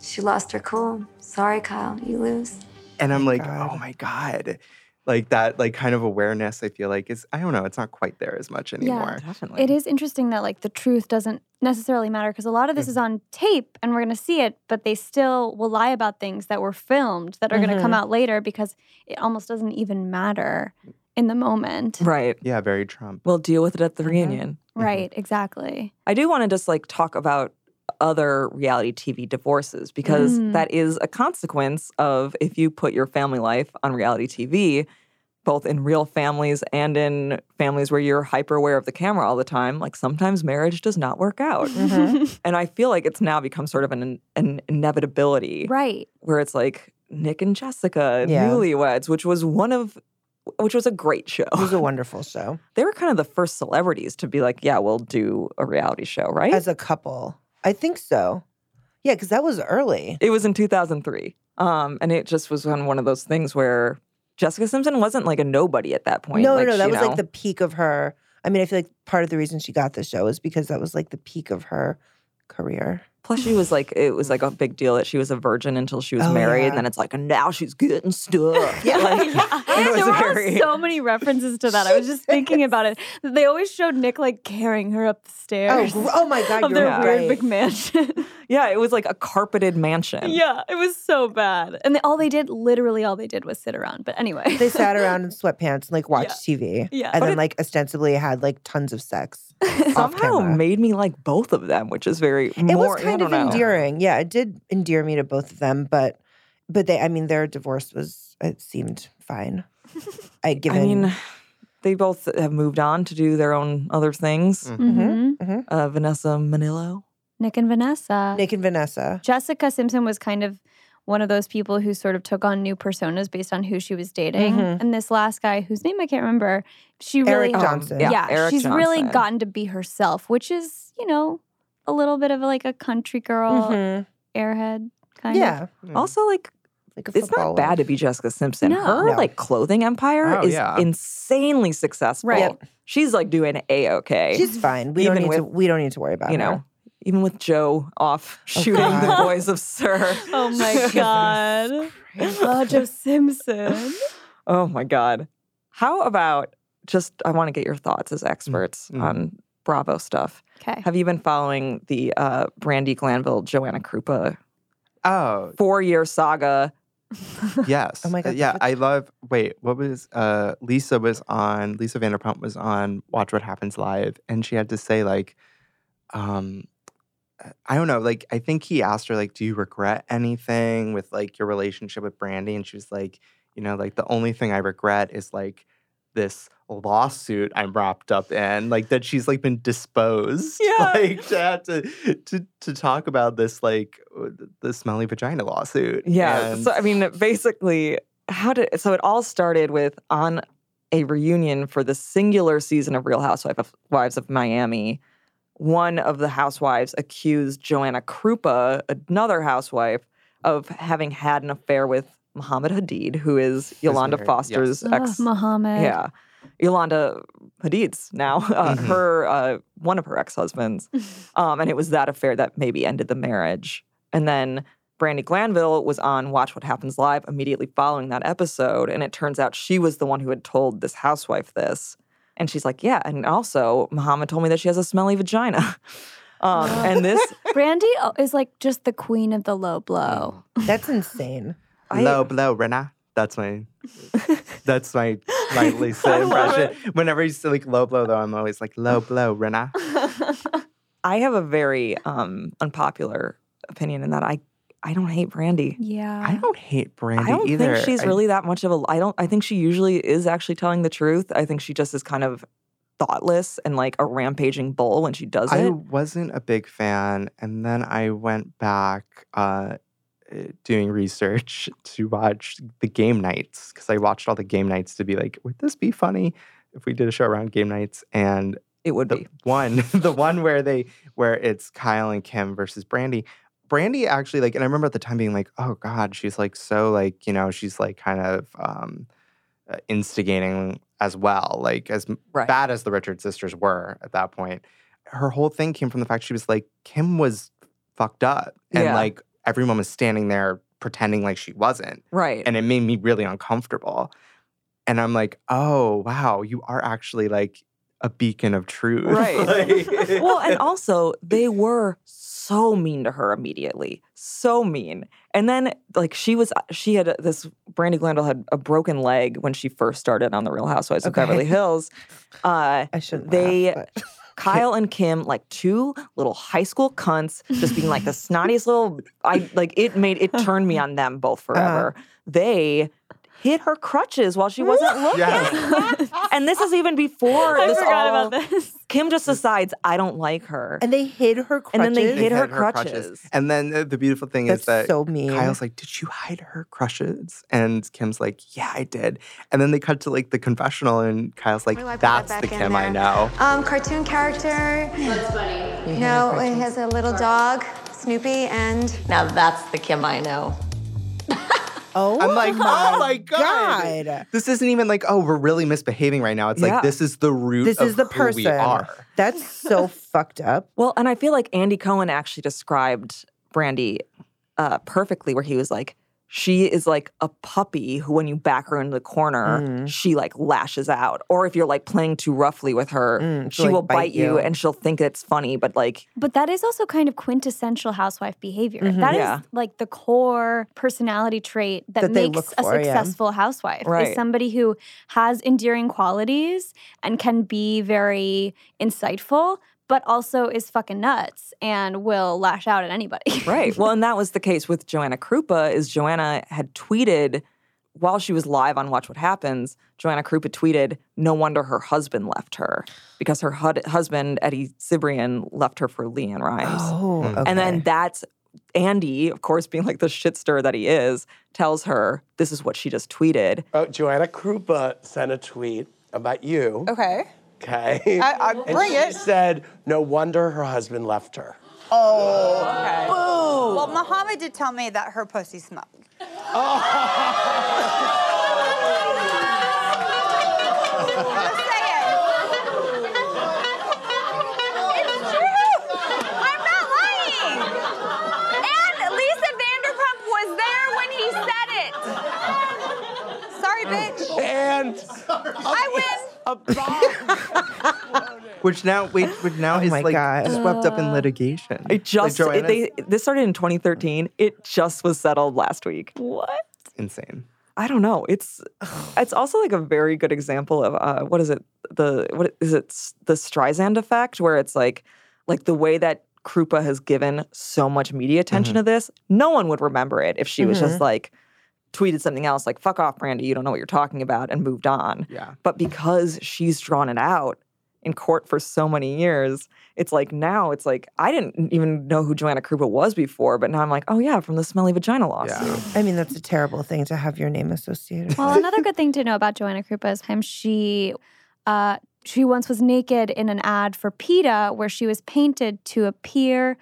[SPEAKER 10] She lost her cool. Sorry, Kyle, you lose.
[SPEAKER 3] and i'm like oh my god like that like kind of awareness i feel like is i don't know it's not quite there as much anymore
[SPEAKER 2] definitely
[SPEAKER 5] It is interesting that like the truth doesn't necessarily matter because a lot of this
[SPEAKER 1] Mm-hmm.
[SPEAKER 5] is on tape and we're going to see it, but they still will lie about things that were filmed that are going to
[SPEAKER 1] Mm-hmm.
[SPEAKER 5] come out later because it almost doesn't even matter in the moment.
[SPEAKER 2] right
[SPEAKER 3] yeah very trump
[SPEAKER 2] we'll deal with it at the
[SPEAKER 5] Mm-hmm.
[SPEAKER 2] reunion
[SPEAKER 5] Right,
[SPEAKER 1] Mm-hmm.
[SPEAKER 5] exactly.
[SPEAKER 2] I do want to just like talk about other reality TV divorces because
[SPEAKER 5] Mm.
[SPEAKER 2] that is a consequence of if you put your family life on reality TV, both in real families and in families where you're hyper aware of the camera all the time, like sometimes marriage does not work out.
[SPEAKER 1] Mm-hmm.
[SPEAKER 2] and I feel like it's now become sort of an, an inevitability
[SPEAKER 5] Right.
[SPEAKER 2] where it's like Nick and Jessica,
[SPEAKER 1] Yeah.
[SPEAKER 2] newlyweds, which was one of, which was a great show.
[SPEAKER 1] it was a wonderful show
[SPEAKER 2] They were kind of the first celebrities to be like, yeah, we'll do a reality show, right?
[SPEAKER 1] as a couple. I think so. Yeah, because that was early.
[SPEAKER 2] It was in 2003. Um, and it just was on one of those things where Jessica Simpson wasn't like a nobody at that point.
[SPEAKER 1] no,
[SPEAKER 2] Like,
[SPEAKER 1] no, no. That
[SPEAKER 2] you
[SPEAKER 1] was
[SPEAKER 2] know.
[SPEAKER 1] like the peak of her. I mean, I feel like part of the reason she got the show is because that was like the peak of her career.
[SPEAKER 2] Plus, she was like, it was like a big deal that she was a virgin until she was
[SPEAKER 1] Oh,
[SPEAKER 2] married.
[SPEAKER 1] yeah.
[SPEAKER 2] And then it's like, and now she's getting stuff. yeah.
[SPEAKER 5] there
[SPEAKER 2] was
[SPEAKER 5] were
[SPEAKER 2] very-
[SPEAKER 5] so many references to that. I was just thinking about it. They always showed Nick like carrying her up the
[SPEAKER 1] Oh,
[SPEAKER 5] stairs.
[SPEAKER 1] gr- oh my God,
[SPEAKER 5] of
[SPEAKER 1] you're
[SPEAKER 5] their
[SPEAKER 1] right.
[SPEAKER 5] weird big mansion.
[SPEAKER 2] yeah, it was like a carpeted mansion.
[SPEAKER 5] yeah, it was so bad. And they, all they did, literally all they did, was sit around. But anyway,
[SPEAKER 1] they sat around in sweatpants and like watched TV.
[SPEAKER 5] Yeah.
[SPEAKER 1] And
[SPEAKER 5] But
[SPEAKER 1] then
[SPEAKER 5] it-
[SPEAKER 1] like ostensibly had like tons of sex.
[SPEAKER 2] Somehow made me like both of them, which is very more.
[SPEAKER 1] it was
[SPEAKER 2] I
[SPEAKER 1] kind
[SPEAKER 2] don't
[SPEAKER 1] of
[SPEAKER 2] know.
[SPEAKER 1] endearing. Yeah, it did endear me to both of them, but but they I mean their divorce was it seemed fine. I given
[SPEAKER 2] I mean, they both have moved on to do their own other things.
[SPEAKER 1] Mm-hmm.
[SPEAKER 5] Mhm.
[SPEAKER 2] Uh, Vanessa Manillo.
[SPEAKER 5] Nick and Vanessa.
[SPEAKER 1] Nick and Vanessa.
[SPEAKER 5] Jessica Simpson was kind of one of those people who sort of took on new personas based on who she was dating.
[SPEAKER 1] Mhm.
[SPEAKER 5] And this last guy, whose name I can't remember, she really
[SPEAKER 1] Eric Johnson.
[SPEAKER 5] Um, yeah,
[SPEAKER 2] Yeah, Eric
[SPEAKER 5] she's really
[SPEAKER 2] Johnson.
[SPEAKER 5] gotten to be herself, which is you know a little bit of like a country girl
[SPEAKER 1] Mhm.
[SPEAKER 5] airhead kind
[SPEAKER 1] Yeah.
[SPEAKER 5] of.
[SPEAKER 2] Also, like,
[SPEAKER 1] Like
[SPEAKER 2] it's not bad to be Jessica Simpson.
[SPEAKER 5] No.
[SPEAKER 2] Her
[SPEAKER 1] No.
[SPEAKER 2] like clothing empire
[SPEAKER 3] Oh,
[SPEAKER 2] is
[SPEAKER 3] yeah.
[SPEAKER 2] insanely successful.
[SPEAKER 5] Right.
[SPEAKER 2] She's like doing a okay.
[SPEAKER 1] She's fine. We don't
[SPEAKER 2] Even
[SPEAKER 1] need to
[SPEAKER 2] with,
[SPEAKER 1] we don't need to worry about
[SPEAKER 2] you
[SPEAKER 1] her.
[SPEAKER 2] know, even with Joe off shooting the
[SPEAKER 1] God.
[SPEAKER 2] boys of Sir.
[SPEAKER 5] Oh my god, Roger Simpson.
[SPEAKER 2] Oh my God. How about just, I want to get your thoughts as experts
[SPEAKER 3] Mhm.
[SPEAKER 2] on Bravo stuff.
[SPEAKER 5] Okay,
[SPEAKER 2] Have you been following the uh, Brandy Glanville, Joanna Krupa
[SPEAKER 3] Oh,
[SPEAKER 2] four year saga?
[SPEAKER 3] yes. Uh,
[SPEAKER 1] Oh my God,
[SPEAKER 3] yeah,
[SPEAKER 1] that's
[SPEAKER 3] I love. Wait, what was? Uh, Lisa was on. Lisa Vanderpump was on Watch What Happens Live, and she had to say like, um, I don't know. Like, I think he asked her like, "Do you regret anything with like your relationship with Brandy?" And she was like, "You know, like the only thing I regret is like this." lawsuit I'm wrapped up in, like that she's like been disposed.
[SPEAKER 2] Yeah.
[SPEAKER 3] Like to have to to to talk about this like uh, the smelly vagina lawsuit.
[SPEAKER 2] Yeah.
[SPEAKER 3] And-
[SPEAKER 2] So, I mean, basically, how did, so it all started with on a reunion for the singular season of Real Housewives of, Wives of Miami. One of the housewives accused Joanna Krupa, another housewife, of having had an affair with Muhammad Hadid, who is Yolanda
[SPEAKER 3] married, yes.
[SPEAKER 2] Foster's
[SPEAKER 5] Ugh,
[SPEAKER 2] ex
[SPEAKER 5] Mohammed.
[SPEAKER 2] Yeah. Yolanda Hadid's now, uh,
[SPEAKER 3] Mhm.
[SPEAKER 2] her, uh, one of her ex husbands. um, and it was that affair that maybe ended the marriage. And then Brandy Glanville was on Watch What Happens Live immediately following that episode. And it turns out she was the one who had told this housewife this. And she's like, Yeah. And also, Muhammad told me that she has a smelly vagina. Um, and this,
[SPEAKER 5] Brandy uh, is like just the queen of the low blow.
[SPEAKER 1] That's insane.
[SPEAKER 2] I-
[SPEAKER 3] low blow, Rena. That's my that's my my Lisa impression. Whenever you say like low blow though, I'm always like low blow, Rena.
[SPEAKER 2] I have a very um, unpopular opinion in that I, I don't hate Brandy.
[SPEAKER 5] Yeah.
[SPEAKER 3] I don't hate Brandy
[SPEAKER 2] I don't
[SPEAKER 3] either.
[SPEAKER 2] think she's
[SPEAKER 3] I-
[SPEAKER 2] really that much of a. I don't. I think she usually is actually telling the truth. I think she just is kind of thoughtless and like a rampaging bull when she does
[SPEAKER 3] I
[SPEAKER 2] it.
[SPEAKER 3] wasn't a big fan, and then I went back uh, uh, doing research to watch the game nights because I watched all the game nights to be like, would this be funny if we did a show around game nights? And
[SPEAKER 2] It would
[SPEAKER 3] the
[SPEAKER 2] be.
[SPEAKER 3] one, the one where they where it's Kyle and Kim versus Brandy. Brandy actually like, and I remember at the time being like, oh god, she's like so like you know she's like kind of um, uh, instigating as well, like as
[SPEAKER 2] Right.
[SPEAKER 3] bad as the Richard sisters were at that point, her whole thing came from the fact she was like, Kim was fucked up. And
[SPEAKER 2] Yeah.
[SPEAKER 3] like everyone was standing there pretending like she wasn't.
[SPEAKER 2] Right.
[SPEAKER 3] And it made me really uncomfortable. And I'm like, oh, wow, you are actually like a beacon of truth.
[SPEAKER 2] Right.
[SPEAKER 3] Like-
[SPEAKER 2] well, and also they were so mean to her immediately, so mean. And then like she was, uh, she had this. Brandy Glanville had a broken leg when she first started on the Real Housewives
[SPEAKER 1] Okay.
[SPEAKER 2] of Beverly Hills. Uh,
[SPEAKER 1] I shouldn't
[SPEAKER 2] They-
[SPEAKER 1] laugh, but-
[SPEAKER 2] Kyle and Kim, like two little high school cunts, just being like the snottiest little. I like it made it turned me on them both
[SPEAKER 5] Uh-huh.
[SPEAKER 2] forever. They hit her crutches while she wasn't looking,
[SPEAKER 3] Yes.
[SPEAKER 2] and this is even before
[SPEAKER 5] I
[SPEAKER 2] this
[SPEAKER 5] forgot
[SPEAKER 2] all.
[SPEAKER 5] about this.
[SPEAKER 2] Kim just decides I don't like her,
[SPEAKER 1] and they hid her
[SPEAKER 2] And
[SPEAKER 1] crutches.
[SPEAKER 2] then they hid her
[SPEAKER 3] had
[SPEAKER 2] crutches.
[SPEAKER 3] And then uh, the beautiful thing
[SPEAKER 1] That's
[SPEAKER 3] is that
[SPEAKER 1] so mean.
[SPEAKER 3] Kyle's like, Did you hide her crushes? And Kim's like, Yeah, I did. And then they cut to like the confessional, and Kyle's like,
[SPEAKER 10] Where do I put that
[SPEAKER 3] That's
[SPEAKER 10] back
[SPEAKER 3] the
[SPEAKER 10] in
[SPEAKER 3] Kim I
[SPEAKER 10] there?"
[SPEAKER 3] know.
[SPEAKER 10] Um, cartoon character. That's funny. No, it has a little dog. It's Snoopy and.
[SPEAKER 12] Now that's the Kim I know.
[SPEAKER 1] Oh,
[SPEAKER 3] I'm like,
[SPEAKER 1] my
[SPEAKER 3] oh my god. This isn't even like, oh, we're really misbehaving right now. It's
[SPEAKER 1] Yeah.
[SPEAKER 3] like this is the root.
[SPEAKER 1] This
[SPEAKER 3] of
[SPEAKER 1] is the
[SPEAKER 3] who
[SPEAKER 1] person.
[SPEAKER 3] we are.
[SPEAKER 1] That's so fucked up.
[SPEAKER 2] Well, and I feel like Andy Cohen actually described Brandy uh, perfectly, where he was like, she is like a puppy who, when you back her into the corner,
[SPEAKER 1] Mm.
[SPEAKER 2] she like lashes out. Or if you're like playing too roughly with her,
[SPEAKER 1] Mm,
[SPEAKER 2] she
[SPEAKER 1] she'll, like,
[SPEAKER 2] will
[SPEAKER 1] bite
[SPEAKER 2] bite you
[SPEAKER 1] you.
[SPEAKER 2] and she'll think it's funny, but like,
[SPEAKER 5] But that is also kind of quintessential housewife behavior. That
[SPEAKER 2] Mhm.
[SPEAKER 1] Mm-hmm.
[SPEAKER 5] is
[SPEAKER 2] Yeah.
[SPEAKER 5] like the core personality trait that,
[SPEAKER 1] That they
[SPEAKER 5] makes
[SPEAKER 1] look
[SPEAKER 5] a
[SPEAKER 1] for, yeah.
[SPEAKER 5] successful housewife.
[SPEAKER 1] Right.
[SPEAKER 5] Is somebody who has endearing qualities and can be very insightful, but also is fucking nuts and will lash out at anybody.
[SPEAKER 2] Right. Well, and that was the case with Joanna Krupa is Joanna had tweeted while she was live on Watch What Happens, Joanna Krupa tweeted, "No wonder her husband left her because her hud- husband Eddie Cibrian left her for Leanne Rhymes."
[SPEAKER 1] Oh,
[SPEAKER 2] And then that's Andy, of course, being like the shitster that he is, tells her, "This is what she just tweeted."
[SPEAKER 8] Oh, Joanna Krupa sent a tweet about you.
[SPEAKER 13] Okay.
[SPEAKER 8] Okay.
[SPEAKER 13] I- I-
[SPEAKER 8] And
[SPEAKER 13] bring
[SPEAKER 8] she
[SPEAKER 13] it.
[SPEAKER 8] said, no wonder her husband left her.
[SPEAKER 13] Oh, okay. Boo. Well, Muhammad did tell me that her pussy smelled.
[SPEAKER 14] I'm not lying. And Lisa Vanderpump was there when he said it.
[SPEAKER 13] Sorry, bitch.
[SPEAKER 8] And
[SPEAKER 13] I win.
[SPEAKER 3] Which now wait, which now is
[SPEAKER 1] Oh my
[SPEAKER 3] like
[SPEAKER 1] God.
[SPEAKER 3] swept up in litigation.
[SPEAKER 2] It Uh, just
[SPEAKER 3] like
[SPEAKER 2] it,
[SPEAKER 3] Joanna's
[SPEAKER 2] they this started in 2013. It just was settled last week. What?
[SPEAKER 3] insane.
[SPEAKER 2] I don't know. It's it's also like a very good example of uh, what is it the what is it s- the Streisand effect where it's like like the way that Krupa has given so much media attention to this. No one would remember it if she was
[SPEAKER 1] Mhm.
[SPEAKER 2] just like tweeted something else like "fuck off, Brandy, you don't know what you're talking about" and moved on.
[SPEAKER 3] Yeah.
[SPEAKER 2] But because she's drawn it out in court for so many years, it's like now it's like I didn't even know who Joanna Krupa was before, but now I'm like, oh yeah, from the smelly vagina lawsuit.
[SPEAKER 1] I mean, that's a terrible thing to have your name associated.
[SPEAKER 5] Well,
[SPEAKER 1] with.
[SPEAKER 5] another good thing to know about Joanna Krupa is how she uh, she once was naked in an ad for PETA where she was painted to appear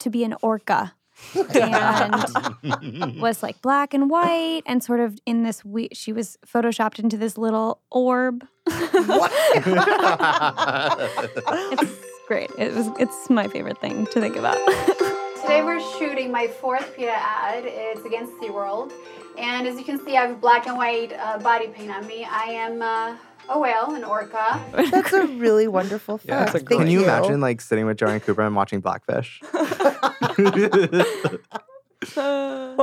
[SPEAKER 5] to be an orca. and was like black and white and sort of in this we- she was photoshopped into this little orb it's great it was it's my favorite thing to think about
[SPEAKER 15] Today we're shooting my fourth PETA ad. It's against SeaWorld. And as you can see, I have black and white uh, body paint on me. I am uh, a whale, an orca.
[SPEAKER 1] that's a really wonderful fact.
[SPEAKER 3] Yeah.
[SPEAKER 1] Thank
[SPEAKER 3] Can you imagine like sitting with Joanna Cooper and watching Blackfish?
[SPEAKER 2] well,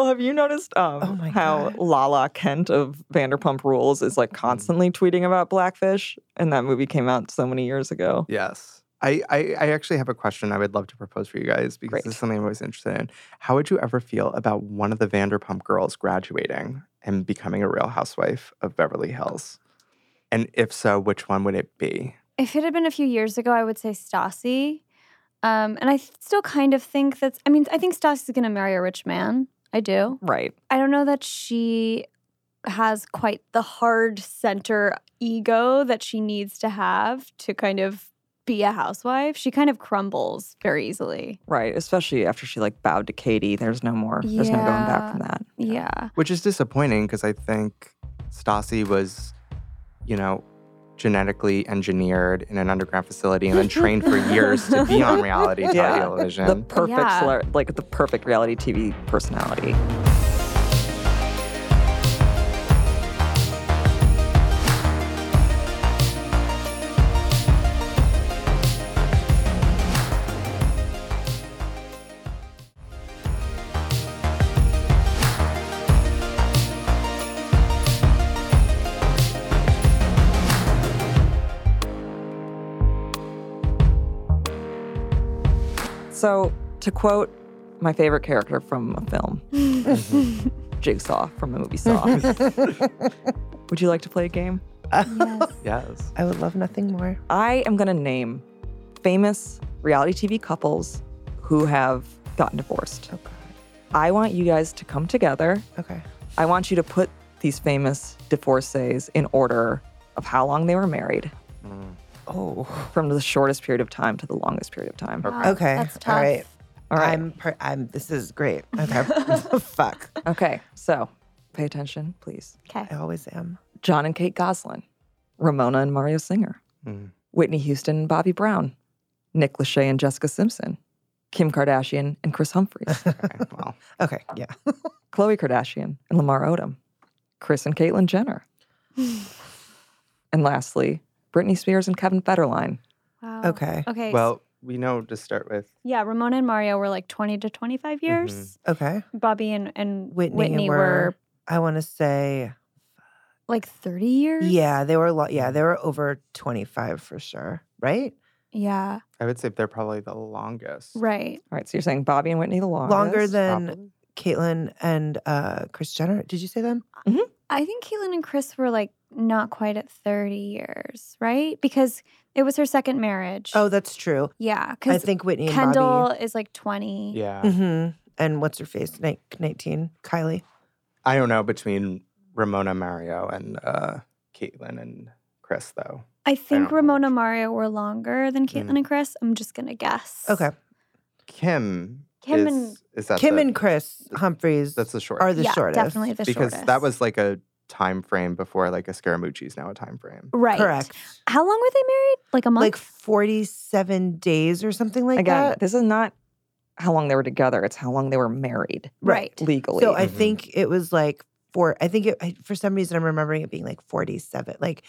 [SPEAKER 2] have you noticed um,
[SPEAKER 5] Oh
[SPEAKER 2] how Lala Kent of Vanderpump Rules is
[SPEAKER 5] Mm-hmm.
[SPEAKER 2] like constantly tweeting about Blackfish? And that movie came out so many years ago.
[SPEAKER 3] Yes. I, I, I actually have a question I would love to propose for you guys because this is something I'm always interested in. How would you ever feel about one of the Vanderpump girls graduating and becoming a real housewife of Beverly Hills? And if so, which one would it be?
[SPEAKER 5] If it had been a few years ago, I would say Stassi. Um, and I th- still kind of think that's, I mean, I think Stassi's going to marry a rich man. I do.
[SPEAKER 2] Right.
[SPEAKER 5] I don't know that she has quite the hard center ego that she needs to have to kind of be a housewife. She kind of crumbles very easily.
[SPEAKER 2] Right. Especially after she like bowed to Katie. There's no more, there's no going back from that.
[SPEAKER 5] Yeah.
[SPEAKER 3] Which is disappointing because I think Stassi was, you know, genetically engineered in an underground facility and then trained for years to be on reality
[SPEAKER 2] Yeah.
[SPEAKER 3] television.
[SPEAKER 2] The perfect,
[SPEAKER 5] Yeah.
[SPEAKER 2] cele- like the perfect reality TV personality. So, to quote my favorite character from a film,
[SPEAKER 5] Mm-hmm.
[SPEAKER 2] Jigsaw from the movie Saw, would you like to play a game?
[SPEAKER 3] Yes.
[SPEAKER 1] I would love nothing more.
[SPEAKER 2] I am going to name famous reality TV couples who have gotten divorced. Oh, God. I want you guys to come together.
[SPEAKER 1] Okay.
[SPEAKER 2] I want you to put these famous divorcees in order of how long they were married. Oh.
[SPEAKER 1] Oh.
[SPEAKER 2] Mm. From the shortest period of time to the longest period of time.
[SPEAKER 1] Okay. All right.
[SPEAKER 2] All right.
[SPEAKER 1] I'm, per- I'm. This is great. Okay. Fuck.
[SPEAKER 2] Okay. So pay attention, please.
[SPEAKER 5] Okay.
[SPEAKER 1] I always am.
[SPEAKER 2] John and Kate Goslin, Ramona and Mario Singer, Whitney Houston and Bobby Brown, Nick Lachey and Jessica Simpson, Kim Kardashian and Chris Humphries.
[SPEAKER 1] Okay. Yeah.
[SPEAKER 2] Khloe Kardashian and Lamar Odom, Chris and Caitlyn Jenner, and lastly, Britney Spears and Kevin Federline.
[SPEAKER 5] Wow.
[SPEAKER 1] Okay.
[SPEAKER 5] Okay.
[SPEAKER 3] Well, we know to start with.
[SPEAKER 5] Yeah, Ramona and Mario were like 20 to 25 years.
[SPEAKER 1] Okay.
[SPEAKER 5] Bobby and, and
[SPEAKER 1] Mm-hmm. Whitney,
[SPEAKER 5] Whitney,
[SPEAKER 1] were,
[SPEAKER 5] were
[SPEAKER 1] I want to say,
[SPEAKER 5] like 30 years.
[SPEAKER 1] yeah, they were a lot. Yeah, they were over 25 for sure, right?
[SPEAKER 5] Yeah.
[SPEAKER 3] I would say they're probably the longest.
[SPEAKER 5] Right.
[SPEAKER 2] All right. So you're saying Bobby and Whitney the longest?
[SPEAKER 1] Longer than Caitlyn and uh, Chris Jenner. Did you say them?
[SPEAKER 5] I think Caitlyn and Chris were like not quite at 30 years, right? Because it was her second marriage.
[SPEAKER 1] Oh, that's true.
[SPEAKER 5] Yeah.
[SPEAKER 1] I
[SPEAKER 5] Because
[SPEAKER 1] think Whitney and
[SPEAKER 5] Kendall
[SPEAKER 1] Bobby.
[SPEAKER 5] is like 20.
[SPEAKER 3] Yeah.
[SPEAKER 1] hmm And what's her face? Nin- 19. Kylie.
[SPEAKER 3] I don't know between Ramona, Mario, and uh, Caitlin and Chris, though.
[SPEAKER 5] I think Ramona and Mario were longer than Caitlyn and Chris. I'm just going to guess.
[SPEAKER 1] Mm. Okay.
[SPEAKER 3] Kim.
[SPEAKER 5] Kim
[SPEAKER 3] is,
[SPEAKER 5] and-
[SPEAKER 3] is that
[SPEAKER 1] Kim
[SPEAKER 3] the-
[SPEAKER 1] and Chris Humphreys
[SPEAKER 3] That's the short.
[SPEAKER 1] are the shortest.
[SPEAKER 3] because that was like a time frame before like a Scaramucci is now a time frame.
[SPEAKER 5] Right.
[SPEAKER 1] Correct.
[SPEAKER 5] How long were they married? Like a month?
[SPEAKER 1] Like 47 days or something like
[SPEAKER 2] Again,
[SPEAKER 1] that.
[SPEAKER 2] this is not how long they were together, it's how long they were married.
[SPEAKER 1] Right.
[SPEAKER 2] Legally.
[SPEAKER 1] So I think it was like four. I think it, I, for some reason I'm remembering it being like 47. Like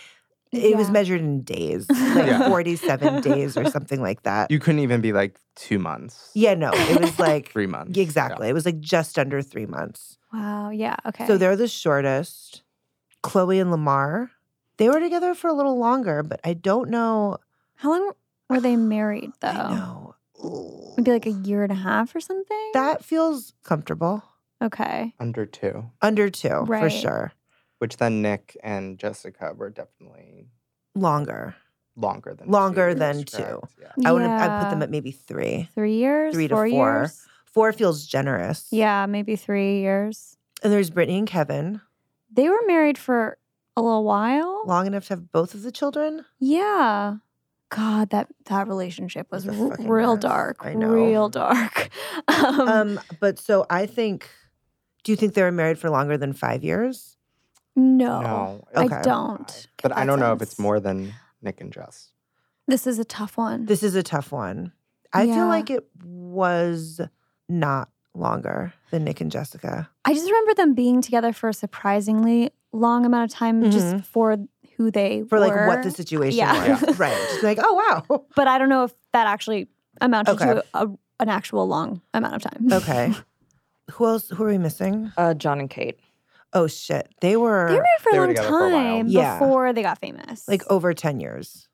[SPEAKER 1] it was
[SPEAKER 5] Yeah.
[SPEAKER 1] measured in days, like
[SPEAKER 3] Yeah.
[SPEAKER 1] 47 days or something like that.
[SPEAKER 3] You couldn't even be like two months,
[SPEAKER 1] Yeah, no, it was like
[SPEAKER 3] three months.
[SPEAKER 1] exactly. It was like just under three months.
[SPEAKER 5] Wow. Yeah. Okay.
[SPEAKER 1] So they're the shortest. Chloe and Lamar, they were together for a little longer, but I don't know.
[SPEAKER 5] How long were they married though? Maybe like a year and a half or something?
[SPEAKER 1] That feels comfortable.
[SPEAKER 5] Okay.
[SPEAKER 3] Under two,
[SPEAKER 1] Under two, for
[SPEAKER 5] Right.
[SPEAKER 1] sure.
[SPEAKER 3] which then Nick and Jessica were definitely
[SPEAKER 1] Longer.
[SPEAKER 3] longer than
[SPEAKER 1] Longer
[SPEAKER 3] two
[SPEAKER 1] than
[SPEAKER 3] years,
[SPEAKER 1] two.
[SPEAKER 3] correct?
[SPEAKER 1] I would I put them
[SPEAKER 5] Yeah.
[SPEAKER 1] at maybe three.
[SPEAKER 5] Three years?
[SPEAKER 1] Three to four.
[SPEAKER 5] four, years?
[SPEAKER 1] Four feels generous.
[SPEAKER 5] Yeah, maybe three years.
[SPEAKER 1] And there's Brittany and Kevin.
[SPEAKER 5] They were married for a little while.
[SPEAKER 1] Long enough to have both of the children.
[SPEAKER 5] Yeah. God, that that relationship was
[SPEAKER 1] a
[SPEAKER 5] r-
[SPEAKER 1] fucking
[SPEAKER 5] real
[SPEAKER 1] mess.
[SPEAKER 5] dark.
[SPEAKER 1] I know.
[SPEAKER 5] Real dark. Um,
[SPEAKER 1] Um, but so I think do you think they were married for longer than five years?
[SPEAKER 5] no,
[SPEAKER 3] No,
[SPEAKER 5] I
[SPEAKER 1] okay.
[SPEAKER 5] don't.
[SPEAKER 3] But I don't know if it's
[SPEAKER 5] Cousins.
[SPEAKER 3] more than Nick and Jess.
[SPEAKER 5] This is a tough one.
[SPEAKER 1] This is a tough one. I
[SPEAKER 5] Yeah.
[SPEAKER 1] feel like it was not longer than Nick and Jessica.
[SPEAKER 5] I just remember them being together for a surprisingly long amount of time
[SPEAKER 1] Mhm.
[SPEAKER 5] just for who they
[SPEAKER 1] For like what
[SPEAKER 5] were.
[SPEAKER 1] the situation
[SPEAKER 5] Yeah.
[SPEAKER 1] was. right. Just like, oh wow.
[SPEAKER 5] but I don't know if that actually amounted
[SPEAKER 1] Okay.
[SPEAKER 5] to a, an actual long amount of time.
[SPEAKER 1] Okay. Who else who are we missing?
[SPEAKER 2] Uh, John and Kate.
[SPEAKER 1] Oh shit. They were
[SPEAKER 5] They were married for
[SPEAKER 3] They
[SPEAKER 5] a
[SPEAKER 3] were
[SPEAKER 5] long
[SPEAKER 3] together for a while.
[SPEAKER 5] time
[SPEAKER 1] Yeah.
[SPEAKER 5] before they got famous.
[SPEAKER 1] like oh, over 10 years,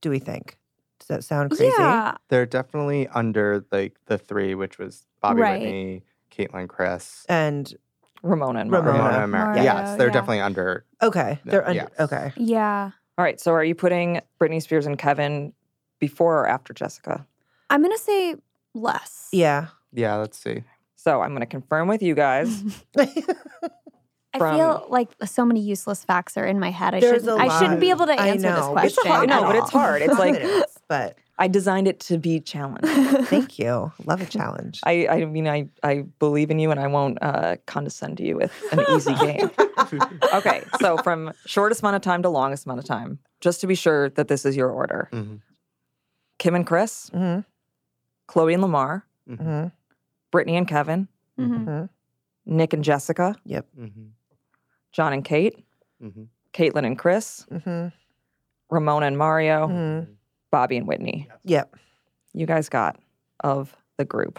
[SPEAKER 1] do we think? Does that sound crazy?
[SPEAKER 5] yeah,
[SPEAKER 3] They're definitely under like the three, which was Bobby
[SPEAKER 5] Right.
[SPEAKER 3] Whitney, Caitlin, Chris,
[SPEAKER 1] And
[SPEAKER 2] Ramona and Mario.
[SPEAKER 1] Ramona.
[SPEAKER 3] Ramona, and Mario.
[SPEAKER 5] Mario,
[SPEAKER 3] Yes, they're
[SPEAKER 5] yeah.
[SPEAKER 3] definitely under.
[SPEAKER 1] okay,
[SPEAKER 3] No,
[SPEAKER 1] they're under
[SPEAKER 3] yeah.
[SPEAKER 1] okay.
[SPEAKER 5] yeah.
[SPEAKER 2] All right. So are you putting Britney Spears and Kevin before or after Jessica?
[SPEAKER 5] I'm gonna say less.
[SPEAKER 1] Yeah.
[SPEAKER 3] Yeah, let's see.
[SPEAKER 2] So I'm going to confirm with you guys.
[SPEAKER 5] I
[SPEAKER 2] From-
[SPEAKER 5] feel like so many useless facts are in my head. I
[SPEAKER 1] There's
[SPEAKER 5] shouldn't.
[SPEAKER 1] a
[SPEAKER 5] I shouldn't be
[SPEAKER 1] lot.
[SPEAKER 5] able to
[SPEAKER 1] I
[SPEAKER 5] answer this
[SPEAKER 1] know. It's
[SPEAKER 5] question.
[SPEAKER 1] hard.
[SPEAKER 2] I know,
[SPEAKER 5] at
[SPEAKER 2] but
[SPEAKER 5] all.
[SPEAKER 2] it's hard. It's
[SPEAKER 1] It
[SPEAKER 2] like
[SPEAKER 1] is, but
[SPEAKER 2] I designed it to be challenging.
[SPEAKER 1] thank you. Love a challenge.
[SPEAKER 2] I, I mean, I, I believe in you and I won't uh, condescend to you with an easy game. okay, so from shortest amount of time to longest amount of time, just to be sure that this is your order
[SPEAKER 3] Mhm.
[SPEAKER 2] Kim and Chris,
[SPEAKER 1] Mhm.
[SPEAKER 2] Chloe and Lamar,
[SPEAKER 1] Mhm.
[SPEAKER 2] Brittany and Kevin,
[SPEAKER 5] Mhm.
[SPEAKER 1] Mhm.
[SPEAKER 2] Nick and Jessica,
[SPEAKER 1] Yep.
[SPEAKER 3] Mhm.
[SPEAKER 2] John and Kate,
[SPEAKER 3] Mhm.
[SPEAKER 5] Mm-hmm.
[SPEAKER 2] Caitlin and Chris,
[SPEAKER 1] Mhm.
[SPEAKER 2] Ramona and Mario,
[SPEAKER 3] Mm.
[SPEAKER 1] Mhm.
[SPEAKER 2] Bobby and Whitney.
[SPEAKER 1] Yep.
[SPEAKER 2] You guys got of the group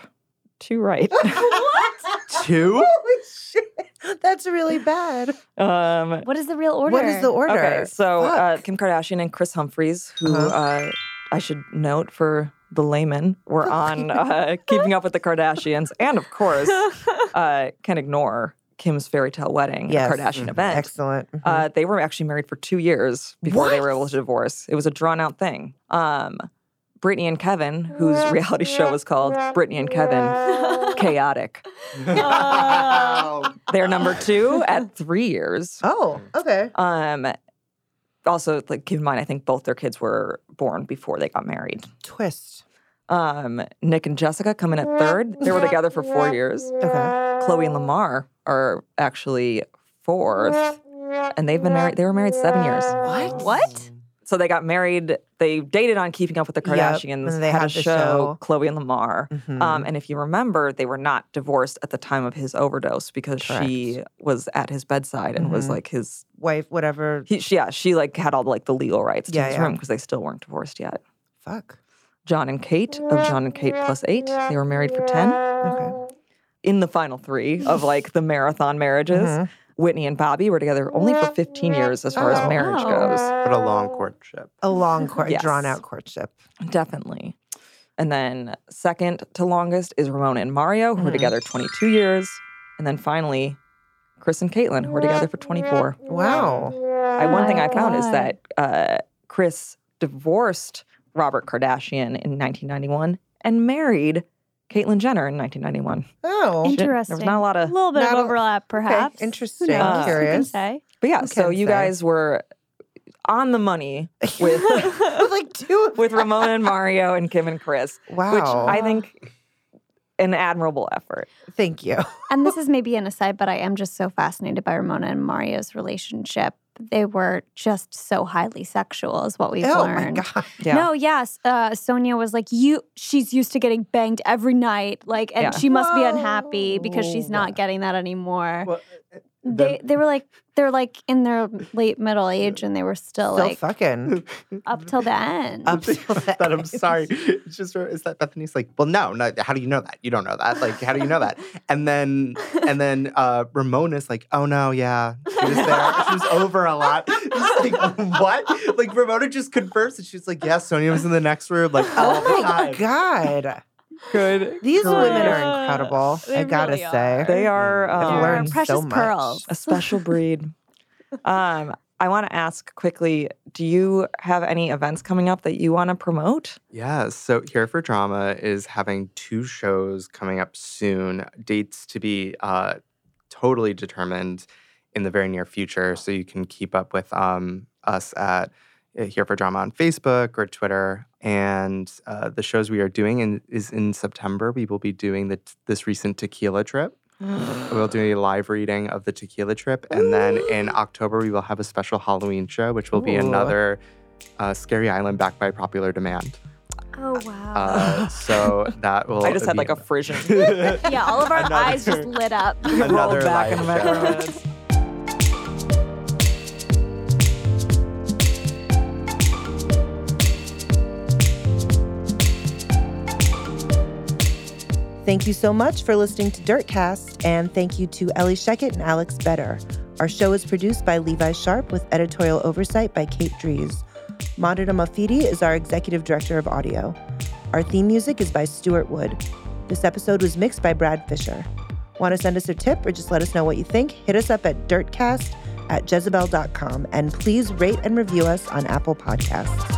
[SPEAKER 2] two right.
[SPEAKER 3] Two?
[SPEAKER 1] Holy shit. That's really bad.
[SPEAKER 2] um,
[SPEAKER 5] What is the real order?
[SPEAKER 1] What is the order?
[SPEAKER 2] Okay, so uh,
[SPEAKER 1] Fuck.
[SPEAKER 2] Kim Kardashian and Chris Humphries, who
[SPEAKER 1] Uh-huh.
[SPEAKER 2] uh I should note for the layman, were on uh, Keeping Up with the Kardashians, and of course, uh, can ignore Kim's fairy tale wedding,
[SPEAKER 1] Yes. Mm-hmm.
[SPEAKER 2] a Kardashian
[SPEAKER 3] Mhm.
[SPEAKER 2] event.
[SPEAKER 1] excellent. Mhm.
[SPEAKER 2] Uh, they were actually married for two years before they
[SPEAKER 1] What?
[SPEAKER 2] were able to divorce. It was a drawn out thing. Um, Brittany and Kevin, whose reality show was called Brittany and Kevin Chaotic. They're number two at three years.
[SPEAKER 1] oh, okay.
[SPEAKER 2] Um, also, like keep in mind, I think both their kids were born before they got married.
[SPEAKER 1] Twist.
[SPEAKER 2] Um, Nick and Jessica come in at third. They were together for four years. Okay. Chloe and Lamar are actually fourth, and they've been married. They were married seven years. What?
[SPEAKER 5] What?
[SPEAKER 2] So they got married. They dated on Keeping Up with the
[SPEAKER 1] Yep,
[SPEAKER 2] Kardashians.
[SPEAKER 1] and they
[SPEAKER 2] had,
[SPEAKER 1] had
[SPEAKER 2] a
[SPEAKER 1] the
[SPEAKER 2] show,
[SPEAKER 1] show.
[SPEAKER 2] Chloe and Lamar.
[SPEAKER 1] Mhm.
[SPEAKER 2] Um, and if you remember, they were not divorced at the time of his overdose because she was at his bedside and was
[SPEAKER 1] Mhm.
[SPEAKER 2] like his
[SPEAKER 1] wife, whatever.
[SPEAKER 2] He, she, yeah, she like had all like the legal rights to
[SPEAKER 1] Yeah,
[SPEAKER 2] his
[SPEAKER 1] yeah.
[SPEAKER 2] room because they still weren't divorced yet.
[SPEAKER 1] Fuck.
[SPEAKER 2] John and Kate of John and Kate plus eight. They were married for ten. Okay. In the final three of like the marathon marriages,
[SPEAKER 1] Mm-hmm.
[SPEAKER 3] Mhm.
[SPEAKER 2] Whitney and Bobby were together only for fifteen years as far as
[SPEAKER 1] Oh.
[SPEAKER 2] marriage goes.
[SPEAKER 3] But a
[SPEAKER 5] Oh.
[SPEAKER 3] long courtship.
[SPEAKER 1] A long, court,
[SPEAKER 2] Yes.
[SPEAKER 1] drawn out courtship.
[SPEAKER 2] Definitely. And then second to longest is Ramona and Mario, who were
[SPEAKER 1] Mhm.
[SPEAKER 2] together 22 years. And then finally, Chris and Caitlin, who were together for 24.
[SPEAKER 1] Wow.
[SPEAKER 2] I, one thing I found is
[SPEAKER 1] God.
[SPEAKER 2] that uh, Chris divorced Robert Kardashian in 1991 and married Caitlyn Jenner in 1991.
[SPEAKER 1] Oh,
[SPEAKER 2] She-
[SPEAKER 5] Interesting.
[SPEAKER 2] There was not a lot of
[SPEAKER 5] little bit
[SPEAKER 1] Not
[SPEAKER 5] of
[SPEAKER 1] a-
[SPEAKER 5] overlap, perhaps.
[SPEAKER 1] Interesting.
[SPEAKER 5] Who knows? Who can
[SPEAKER 1] Curious.
[SPEAKER 5] say?
[SPEAKER 2] But yeah,
[SPEAKER 1] Who
[SPEAKER 2] so
[SPEAKER 1] can
[SPEAKER 2] you
[SPEAKER 1] say?
[SPEAKER 2] guys were on the money with
[SPEAKER 1] like two
[SPEAKER 2] with Ramona and Mario and Kim and Chris. Which
[SPEAKER 1] Wow.
[SPEAKER 2] I think an admirable effort.
[SPEAKER 1] Thank you.
[SPEAKER 5] and this is maybe an aside, but I am just so fascinated by Ramona and Mario's relationship. They were just so highly sexual, is what we've
[SPEAKER 1] Oh my
[SPEAKER 5] learned.
[SPEAKER 1] God.
[SPEAKER 2] Yeah.
[SPEAKER 5] No, yes. Uh, Sonia was like, "You." She's used to getting banged every night, like, and
[SPEAKER 2] Yeah.
[SPEAKER 5] she must be unhappy because she's not getting that anymore. they they were like they're like in their late middle age, and they were still
[SPEAKER 1] Still
[SPEAKER 5] like
[SPEAKER 1] fucking.
[SPEAKER 5] up till the end.
[SPEAKER 3] Um,
[SPEAKER 1] Up till
[SPEAKER 3] that I'm sorry. It's just it's that Bethany's like, well, no, no. How do you know that? You don't know that. Like, how do you know that? And then and then uh, Ramona's like, oh no, yeah, she was there. She was over a lot. It's like what? Like Ramona just confirms, and she's like, yeah, Sonia was in the next room. Like, all the
[SPEAKER 1] Oh my
[SPEAKER 3] time.
[SPEAKER 1] God.
[SPEAKER 2] Good.
[SPEAKER 1] These women are
[SPEAKER 2] grief.
[SPEAKER 1] incredible.
[SPEAKER 2] They
[SPEAKER 1] I gotta
[SPEAKER 2] really
[SPEAKER 1] say.
[SPEAKER 2] They are
[SPEAKER 1] I've
[SPEAKER 2] um,
[SPEAKER 1] learned so much.
[SPEAKER 2] a special breed. um, I want to ask quickly: Do you have any events coming up that you want to promote?
[SPEAKER 3] Yeah, so Here for Drama is having two shows coming up soon, dates to be uh, totally determined in the very near future. So you can keep up with um, us at uh, Here for Drama on Facebook or Twitter. And uh, the shows we are doing in, is in September. We will be doing the, this recent tequila trip. We'll do a live reading of the tequila trip. And then in October, we will have a special Halloween show, which will be
[SPEAKER 1] Ooh.
[SPEAKER 3] another uh, Scary Island backed by popular demand.
[SPEAKER 5] Oh wow.
[SPEAKER 3] Uh, so that will.
[SPEAKER 2] I just had
[SPEAKER 3] be
[SPEAKER 2] like a frisson
[SPEAKER 5] yeah, all of our
[SPEAKER 3] Another-
[SPEAKER 5] eyes just lit up.
[SPEAKER 2] roll
[SPEAKER 3] another
[SPEAKER 2] back in
[SPEAKER 3] live
[SPEAKER 2] my
[SPEAKER 3] show.
[SPEAKER 2] head.
[SPEAKER 1] Thank you so much for listening to Dirtcast, and thank you to Ellie Sheckett and Alex Better. Our show is produced by Levi Sharp with editorial oversight by Kate Drees. Madhura Mafidi is our executive director of audio. Our theme music is by Stuart Wood. This episode was mixed by Brad Fisher. Want to send us a tip or just let us know what you think? Hit us up at dirtcast at jezebel.com and please rate and review us on Apple Podcasts.